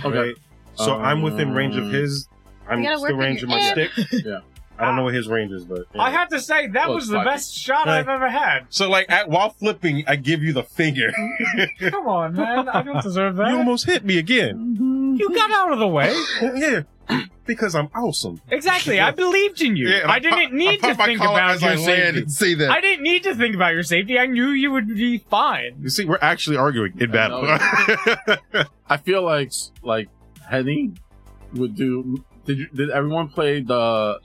Speaker 1: Okay.
Speaker 3: Right? So I'm within range of
Speaker 1: Um,
Speaker 3: his. I'm
Speaker 2: You gotta
Speaker 3: still
Speaker 2: work on
Speaker 3: range of
Speaker 2: your
Speaker 3: my stick.
Speaker 1: Yeah.
Speaker 3: I don't know what his range is, but yeah.
Speaker 7: I have to say that
Speaker 1: Well,
Speaker 7: was
Speaker 1: it's
Speaker 7: the
Speaker 1: five
Speaker 7: best shot
Speaker 3: Right.
Speaker 7: I've ever had.
Speaker 3: So like at, while flipping, I give you the finger. you
Speaker 7: Come on, man, I don't deserve that.
Speaker 3: almost hit me again.
Speaker 5: Mm-hmm.
Speaker 7: You got out of the way.
Speaker 3: yeah, because I'm awesome.
Speaker 7: Exactly. I believed in you.
Speaker 6: Yeah, and
Speaker 7: I
Speaker 6: pop-
Speaker 7: didn't need
Speaker 6: I
Speaker 7: to
Speaker 6: pop my
Speaker 7: think
Speaker 6: collar
Speaker 7: about
Speaker 6: as I
Speaker 7: your
Speaker 6: land
Speaker 7: safety.
Speaker 6: and say that.
Speaker 7: I didn't need to think about your safety. I knew you would be fine.
Speaker 3: You see, we're actually arguing in battle.
Speaker 1: I feel like like Henny would do. Did you, did everyone play the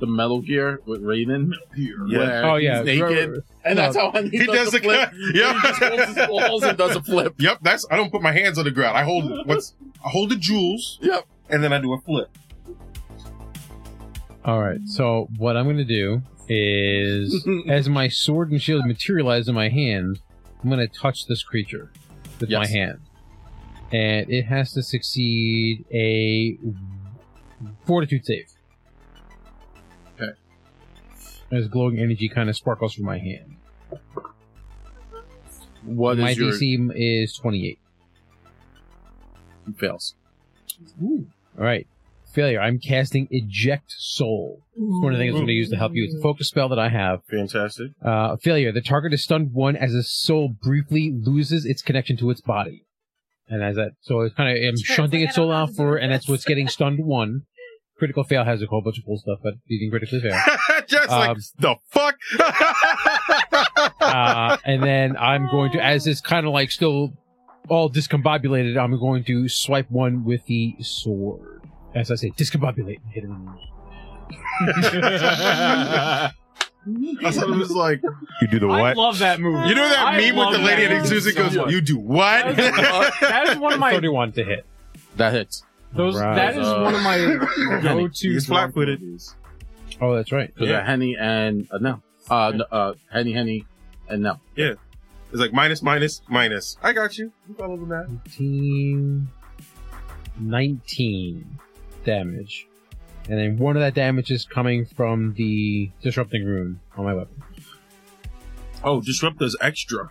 Speaker 1: the Metal Gear with Raiden?
Speaker 3: Yeah.
Speaker 1: Where
Speaker 8: Oh yeah,
Speaker 1: he's naked, and that's how Henny
Speaker 6: He does the
Speaker 1: flip.
Speaker 6: cut.
Speaker 1: He just holds his
Speaker 6: Yeah.
Speaker 1: balls and does a flip.
Speaker 6: Yep, that's I don't put my hands on the ground. I hold what's I hold the jewels.
Speaker 1: Yep.
Speaker 6: And then I do a flip.
Speaker 8: All right. So what I'm going to do is, as my sword and shield materialize in my hand, I'm going to touch this creature with my
Speaker 1: Yes.
Speaker 8: hand, and it has to succeed a fortitude save.
Speaker 1: Okay.
Speaker 8: As glowing energy kind of sparkles from my hand.
Speaker 1: What is
Speaker 8: my
Speaker 1: your
Speaker 8: DC is 28.
Speaker 1: he fails?
Speaker 8: All right. Failure. I'm casting Eject Soul. It's one of the things I'm going to use to help you. It's a focus spell that I have.
Speaker 3: Fantastic.
Speaker 8: Uh, failure. The target is stunned one as its soul briefly loses its connection to its body. And as that, so it's kind of I'm shunting its soul out for, and that's what's getting stunned one. Critical fail has a whole bunch of cool stuff, but you can critically fail.
Speaker 3: Just like
Speaker 8: Um,
Speaker 3: the fuck.
Speaker 8: Uh, and then I'm going to, as it's kind of like still all discombobulated, I'm going to swipe one with the sword. As I say, discombobulate. and Hit him.
Speaker 6: I was it was like
Speaker 3: you do the
Speaker 7: I love that movie.
Speaker 6: you know that
Speaker 7: I
Speaker 6: meme with
Speaker 7: love
Speaker 6: the lady
Speaker 7: that
Speaker 6: in the
Speaker 7: movie
Speaker 6: exudes
Speaker 7: so
Speaker 6: goes,
Speaker 7: much.
Speaker 6: You do what?
Speaker 7: That is- that is one of my
Speaker 8: 31 to hit.
Speaker 1: That hits. Uh,
Speaker 7: those. That is one of my go-to.
Speaker 3: He's flat footed.
Speaker 8: Oh, that's right.
Speaker 1: So yeah. Henny and uh, no, uh, no, uh, Henny, Henny, and no.
Speaker 3: It's like minus, minus, minus. I got you. You follow the math.
Speaker 8: 18, 19 damage. And then one of that damage is coming from the disrupting rune on my weapon.
Speaker 3: Oh, disruptor's extra.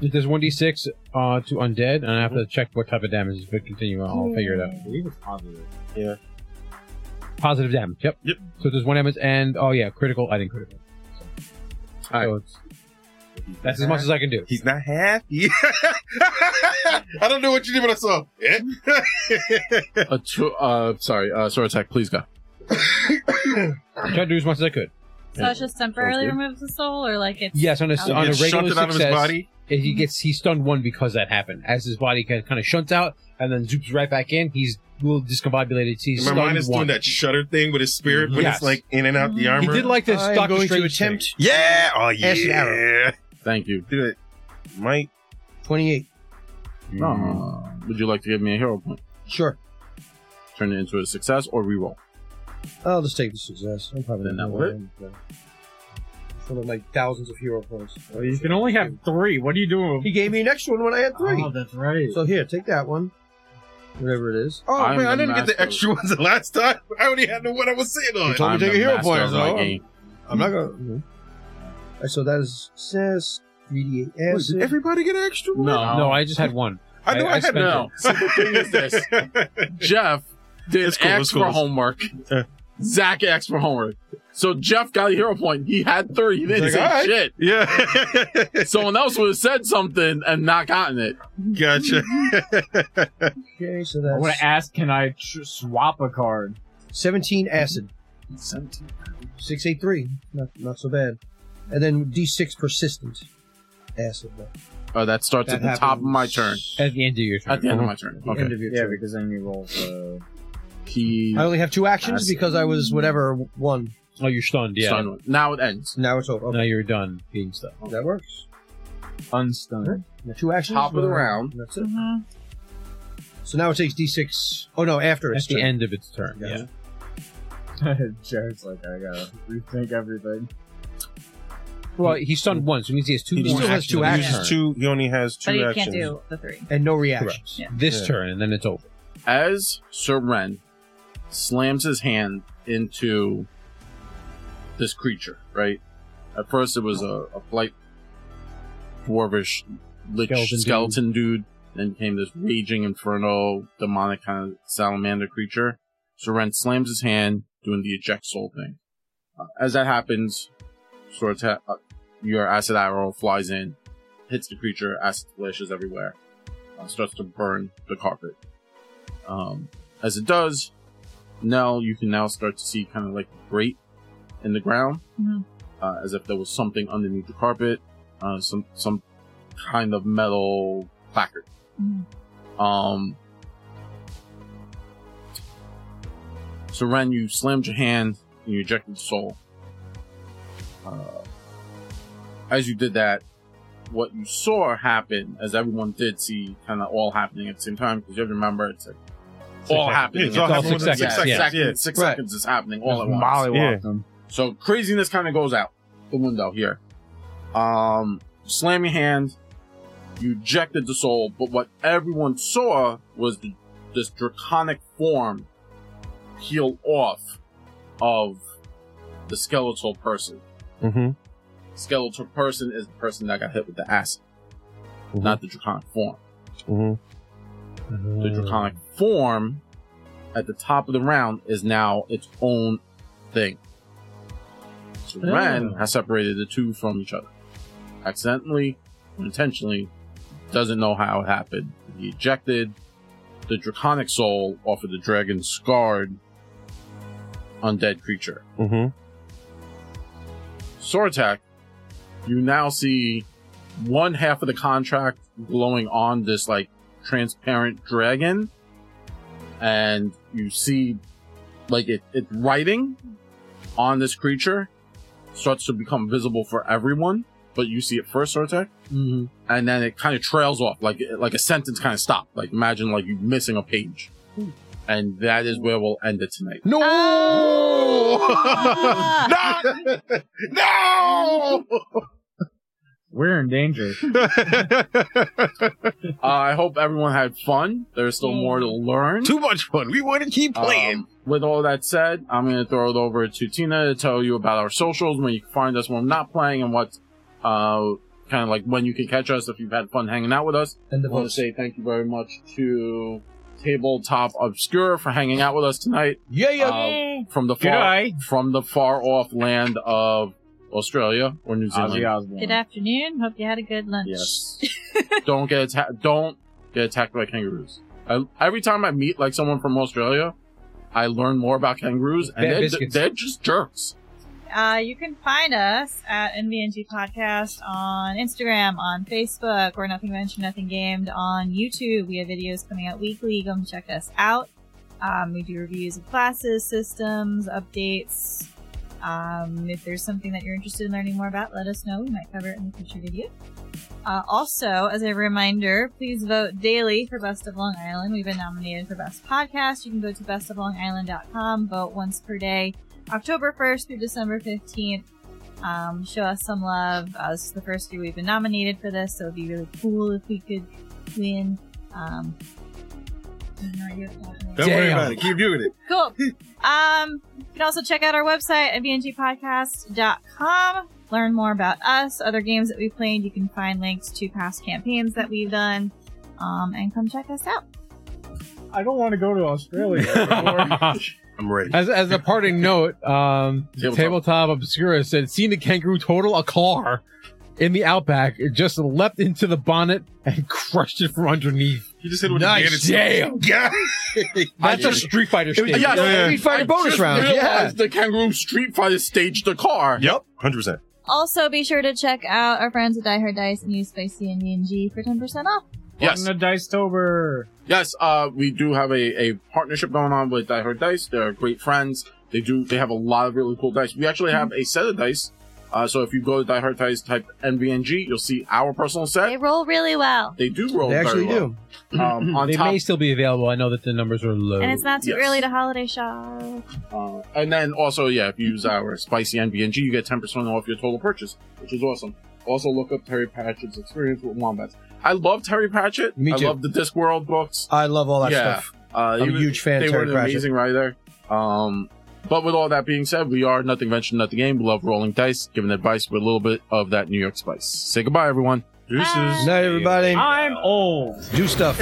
Speaker 8: If there's 1d6 uh, to undead, and I have to check what type of damage. If it continue, I'll figure it out.
Speaker 5: I believe it's positive.
Speaker 8: Positive damage. Yep.
Speaker 6: Yep.
Speaker 8: So there's one damage, and oh yeah, critical. I didn't critical. So,
Speaker 1: All right.
Speaker 8: so it's, that's as much as I can do.
Speaker 3: He's not happy.
Speaker 6: I don't know what you did, but I saw. Eh?
Speaker 1: A two, uh, sorry, uh, sword attack. Please go.
Speaker 8: I tried to do as much as I could.
Speaker 2: So it's just temporarily
Speaker 3: Okay.
Speaker 2: removes the soul, or like it's
Speaker 8: Yes, on a,
Speaker 2: He
Speaker 8: on a
Speaker 6: Gets
Speaker 8: regular
Speaker 6: shunted out of his
Speaker 8: success,
Speaker 6: body.
Speaker 8: and
Speaker 4: Mm-hmm.
Speaker 8: he gets he stunned one because that happened. As his body kind of shunts out and then zoops right back in, he's a little discombobulated. He's
Speaker 6: My
Speaker 8: stunned
Speaker 6: mind is
Speaker 8: one.
Speaker 6: doing that shudder thing with his spirit when
Speaker 8: Yes.
Speaker 6: it's like in and out the
Speaker 8: he
Speaker 6: armor.
Speaker 8: did like this.
Speaker 4: I'm
Speaker 8: Doctor
Speaker 4: going to
Speaker 8: Strange thing.
Speaker 4: attempt
Speaker 6: yeah. Oh yeah.
Speaker 4: Acid arrow.
Speaker 1: Thank you.
Speaker 3: Do it. Might.
Speaker 4: 28.
Speaker 1: Uh, would you like to give me a hero point?
Speaker 4: Sure.
Speaker 1: Turn it into a success or reroll.
Speaker 4: I'll just take Oh, the success. I'm probably
Speaker 1: Then
Speaker 4: not
Speaker 1: that
Speaker 4: going to Full of like thousands of hero points.
Speaker 7: Well, you can only have three. What are you doing?
Speaker 4: He gave me an extra one when I had three.
Speaker 7: Oh, that's right.
Speaker 4: So here, take that one. Whatever it is.
Speaker 6: Oh
Speaker 1: I'm
Speaker 6: man, I
Speaker 1: the
Speaker 6: didn't get the
Speaker 1: master.
Speaker 6: extra ones the last time. I only had the one I was sitting on.
Speaker 4: You told me to take a hero point, so I'm-
Speaker 1: game.
Speaker 4: I'm not gonna. mm Alright, so that is success. 3d8
Speaker 3: Wait, did
Speaker 4: acid.
Speaker 3: everybody get an extra one?
Speaker 1: No,
Speaker 8: No, I just had one.
Speaker 3: I know I, had
Speaker 8: spent
Speaker 1: no.
Speaker 8: it.
Speaker 1: So the thing is this: Jeff did
Speaker 6: It's cool,
Speaker 1: X
Speaker 6: it's cool,
Speaker 1: for
Speaker 6: it's-
Speaker 1: homework.
Speaker 3: Uh.
Speaker 1: Zach X for homework. So Jeff got a hero point. He had three. He didn't
Speaker 6: He's
Speaker 1: say
Speaker 6: like, "All
Speaker 1: shit.
Speaker 6: yeah.
Speaker 1: Someone else would have said something and not gotten it.
Speaker 6: gotcha.
Speaker 4: Okay, so
Speaker 7: I would
Speaker 4: that's
Speaker 7: have asked, can I tr- swap a card?
Speaker 4: 17 acid. 683. Not, not so bad. And then d6 persistent acid. though.
Speaker 1: Oh, that starts at
Speaker 4: That
Speaker 1: the top of my turn.
Speaker 4: happens
Speaker 8: At the end of your turn.
Speaker 1: At the end of my turn.
Speaker 4: at the
Speaker 1: Okay.
Speaker 4: End of your
Speaker 5: Yeah,
Speaker 4: turn.
Speaker 5: because then you roll the.
Speaker 1: He
Speaker 4: I only have two actions
Speaker 1: Acid.
Speaker 4: because I was whatever one.
Speaker 8: oh, you're stunned. Yeah.
Speaker 1: stunned one. Now it ends.
Speaker 4: So now it's over.
Speaker 8: Now
Speaker 4: Okay.
Speaker 8: you're done being stunned.
Speaker 4: That works.
Speaker 5: Unstunned.
Speaker 4: The two actions.
Speaker 1: Top of the
Speaker 4: uh,
Speaker 1: round.
Speaker 4: That's it.
Speaker 2: Mm-hmm.
Speaker 4: So now it takes d6. Oh no, after
Speaker 8: At
Speaker 4: it's
Speaker 8: the end of its turn. Yeah.
Speaker 5: Jared's like, I gotta rethink everything.
Speaker 8: Well, he's stunned once, which means he has two.
Speaker 3: He
Speaker 8: more
Speaker 3: still
Speaker 4: has
Speaker 8: actions
Speaker 4: two
Speaker 8: on his
Speaker 4: actions.
Speaker 8: turn.
Speaker 3: Uses two. He only has two
Speaker 2: but you
Speaker 3: actions.
Speaker 2: can't do the three.
Speaker 4: and no reactions.
Speaker 8: Correct. This
Speaker 3: Yeah.
Speaker 8: turn, and then it's over.
Speaker 1: as Sir Ren slams his hand into this creature, right? At first, it was a, a blight dwarvish lich
Speaker 8: Skeleton
Speaker 1: skeleton,
Speaker 8: dude.
Speaker 1: dude. Then came this raging inferno demonic kind of salamander creature. So Ren slams his hand, doing the eject soul thing. Uh, as that happens, sort of ta- uh, your acid arrow flies in, hits the creature, acid splashes everywhere, uh, starts to burn the carpet. Um, as it does, now you can now start to see kind of like a grate in the ground,
Speaker 2: Mhm.
Speaker 1: uh, as if there was something underneath the carpet, uh, some some kind of metal placard.
Speaker 2: Mhm.
Speaker 1: Um, so Ren, you slammed your hand and you ejected the soul. Uh, as you did that, what you saw happen, as everyone did see, kind of all happening at the same time, because you have to remember it's like all happening.
Speaker 3: It's all
Speaker 1: at the
Speaker 8: happening
Speaker 1: same
Speaker 8: within
Speaker 1: time.
Speaker 8: six seconds,
Speaker 1: Exactly.
Speaker 3: yeah.
Speaker 1: Six
Speaker 4: Right.
Speaker 1: seconds is happening all at
Speaker 5: Just
Speaker 1: once.
Speaker 5: mollywopped him.
Speaker 1: So craziness kind of goes out the window here. Um, slam your hand. You ejected the soul, but what everyone saw was the, this draconic form peel off of the skeletal person.
Speaker 8: Uh,
Speaker 3: Mhm.
Speaker 1: Skeletal person is the person that got hit with the acid,
Speaker 3: Mhm.
Speaker 1: not the draconic form
Speaker 3: Mhm.
Speaker 1: the draconic form at the top of the round is now its own thing. So Ren has separated the two from each other. Accidentally, or intentionally, doesn't know how it happened. He ejected the draconic soul off of the dragon scarred undead creature.
Speaker 3: Mhm.
Speaker 1: Sword attack, you now see one half of the contract glowing on this like transparent dragon, and you see like it, it writing on this creature starts to become visible for everyone, but you see it first, Sword attack,
Speaker 4: Mm-hmm.
Speaker 1: and then it kind of trails off like like a sentence kind of stopped. Like imagine like you missing a page, and that is where we'll end it tonight.
Speaker 3: No.
Speaker 2: Ah!
Speaker 6: no.
Speaker 5: We're in danger.
Speaker 1: Uh, I hope everyone had fun. There's still more to learn.
Speaker 6: Too much fun. We want to keep playing.
Speaker 1: Um, with all that said, I'm going to throw it over to Tina to tell you about our socials, where you can find us when we're not playing, and what uh, kind of like when you can catch us if you've had fun hanging out with us.
Speaker 4: And the
Speaker 1: I want to
Speaker 4: votes.
Speaker 1: say thank you very much to Tabletop Obscure for hanging out with us tonight
Speaker 4: Yeah, yeah.
Speaker 1: uh, from the
Speaker 7: Good
Speaker 1: far
Speaker 7: eye.
Speaker 1: from the far off land of Australia or New
Speaker 5: Ozzy
Speaker 1: Zealand.
Speaker 5: Osbourne.
Speaker 2: Good afternoon. Hope you had a good lunch.
Speaker 5: Yes.
Speaker 1: Don't get atta- don't get attacked by kangaroos. I, every time I meet like someone from Australia, I learn more about kangaroos, and
Speaker 8: Bad
Speaker 1: they're,
Speaker 8: biscuits.
Speaker 1: they're just jerks.
Speaker 2: Uh, you can find us at NVNG Podcast on Instagram, on Facebook. We're Nothing Mentioned, Nothing Gamed on YouTube. We have videos coming out weekly. Come check us out. Um, we do reviews of classes, systems, updates. Um, if there's something that you're interested in learning more about, let us know. We might cover it in a future video. Uh, also, as a reminder, please vote daily for Best of Long Island. We've been nominated for Best Podcast. You can go to bestoflongisland.com, vote once per day. October 1st through December 15th. Um, show us some love. Uh, this is the first year we've been nominated for this, so it'd be really cool if we could win. Um, I don't know what you-
Speaker 6: Don't worry
Speaker 8: Damn.
Speaker 6: about it. Keep doing it.
Speaker 2: Cool. Um, you can also check out our website at bngpodcast.com. Learn more about us, other games that we played. You can find links to past campaigns that we've done. Um, and come check us out.
Speaker 7: I don't want to go to Australia. anymore.
Speaker 6: I'm ready.
Speaker 8: As, as a parting note, um,
Speaker 1: Tabletop.
Speaker 8: Tabletop. Obscura said, seen the kangaroo total a car in the outback. It just leapt into the bonnet and crushed it from underneath.
Speaker 6: You just hit it with
Speaker 8: Nice
Speaker 6: the
Speaker 8: jam.
Speaker 6: Yeah.
Speaker 8: That's a Street Fighter
Speaker 4: It was
Speaker 8: stage.
Speaker 4: yeah,
Speaker 1: yeah.
Speaker 4: Street Fighter
Speaker 1: I
Speaker 4: bonus
Speaker 1: just
Speaker 4: round. Yeah.
Speaker 1: realized the kangaroo Street Fighter staged the car.
Speaker 6: Yep. Hundred percent.
Speaker 2: Also, be sure to check out our friends at Die Hard Dice and use Spicy and D&G for 10% off.
Speaker 1: Yes.
Speaker 7: Welcome to Dicetober.
Speaker 1: Yes, uh, we do have a, a partnership going on with Die Hard Dice. They're great friends. They do they have a lot of really cool dice. We actually have a set of dice. Uh, so if you go to Die Hard Dice, type NVNG, you'll see our personal
Speaker 2: They
Speaker 1: set.
Speaker 2: roll really well.
Speaker 1: They do roll.
Speaker 4: They actually
Speaker 1: Oh, very
Speaker 4: do.
Speaker 1: well. Um, on
Speaker 8: they
Speaker 1: top,
Speaker 8: may still be available. I know that the numbers are low.
Speaker 2: And it's not too
Speaker 1: Yes.
Speaker 2: early to holiday shop.
Speaker 1: uh, and then also yeah, if you use our spicy NVNG, you get ten percent off your total purchase, which is awesome. Also look up Terry Pratchett's experience with wombats. I love Terry Pratchett.
Speaker 4: Me too.
Speaker 1: I love the Discworld books.
Speaker 4: I love all that
Speaker 1: Yeah.
Speaker 4: stuff.
Speaker 1: Uh,
Speaker 4: I'm a
Speaker 1: even-
Speaker 4: huge fan of
Speaker 1: They were
Speaker 4: Terry
Speaker 1: an
Speaker 4: Pratchett.
Speaker 1: amazing writer. Um, but with all that being said, we are nothing venture, nothing game. We love rolling dice, giving advice with a little bit of that New York spice. Say goodbye, everyone.
Speaker 6: Deuces.
Speaker 4: Night, everybody.
Speaker 7: I'm old.
Speaker 4: Do stuff.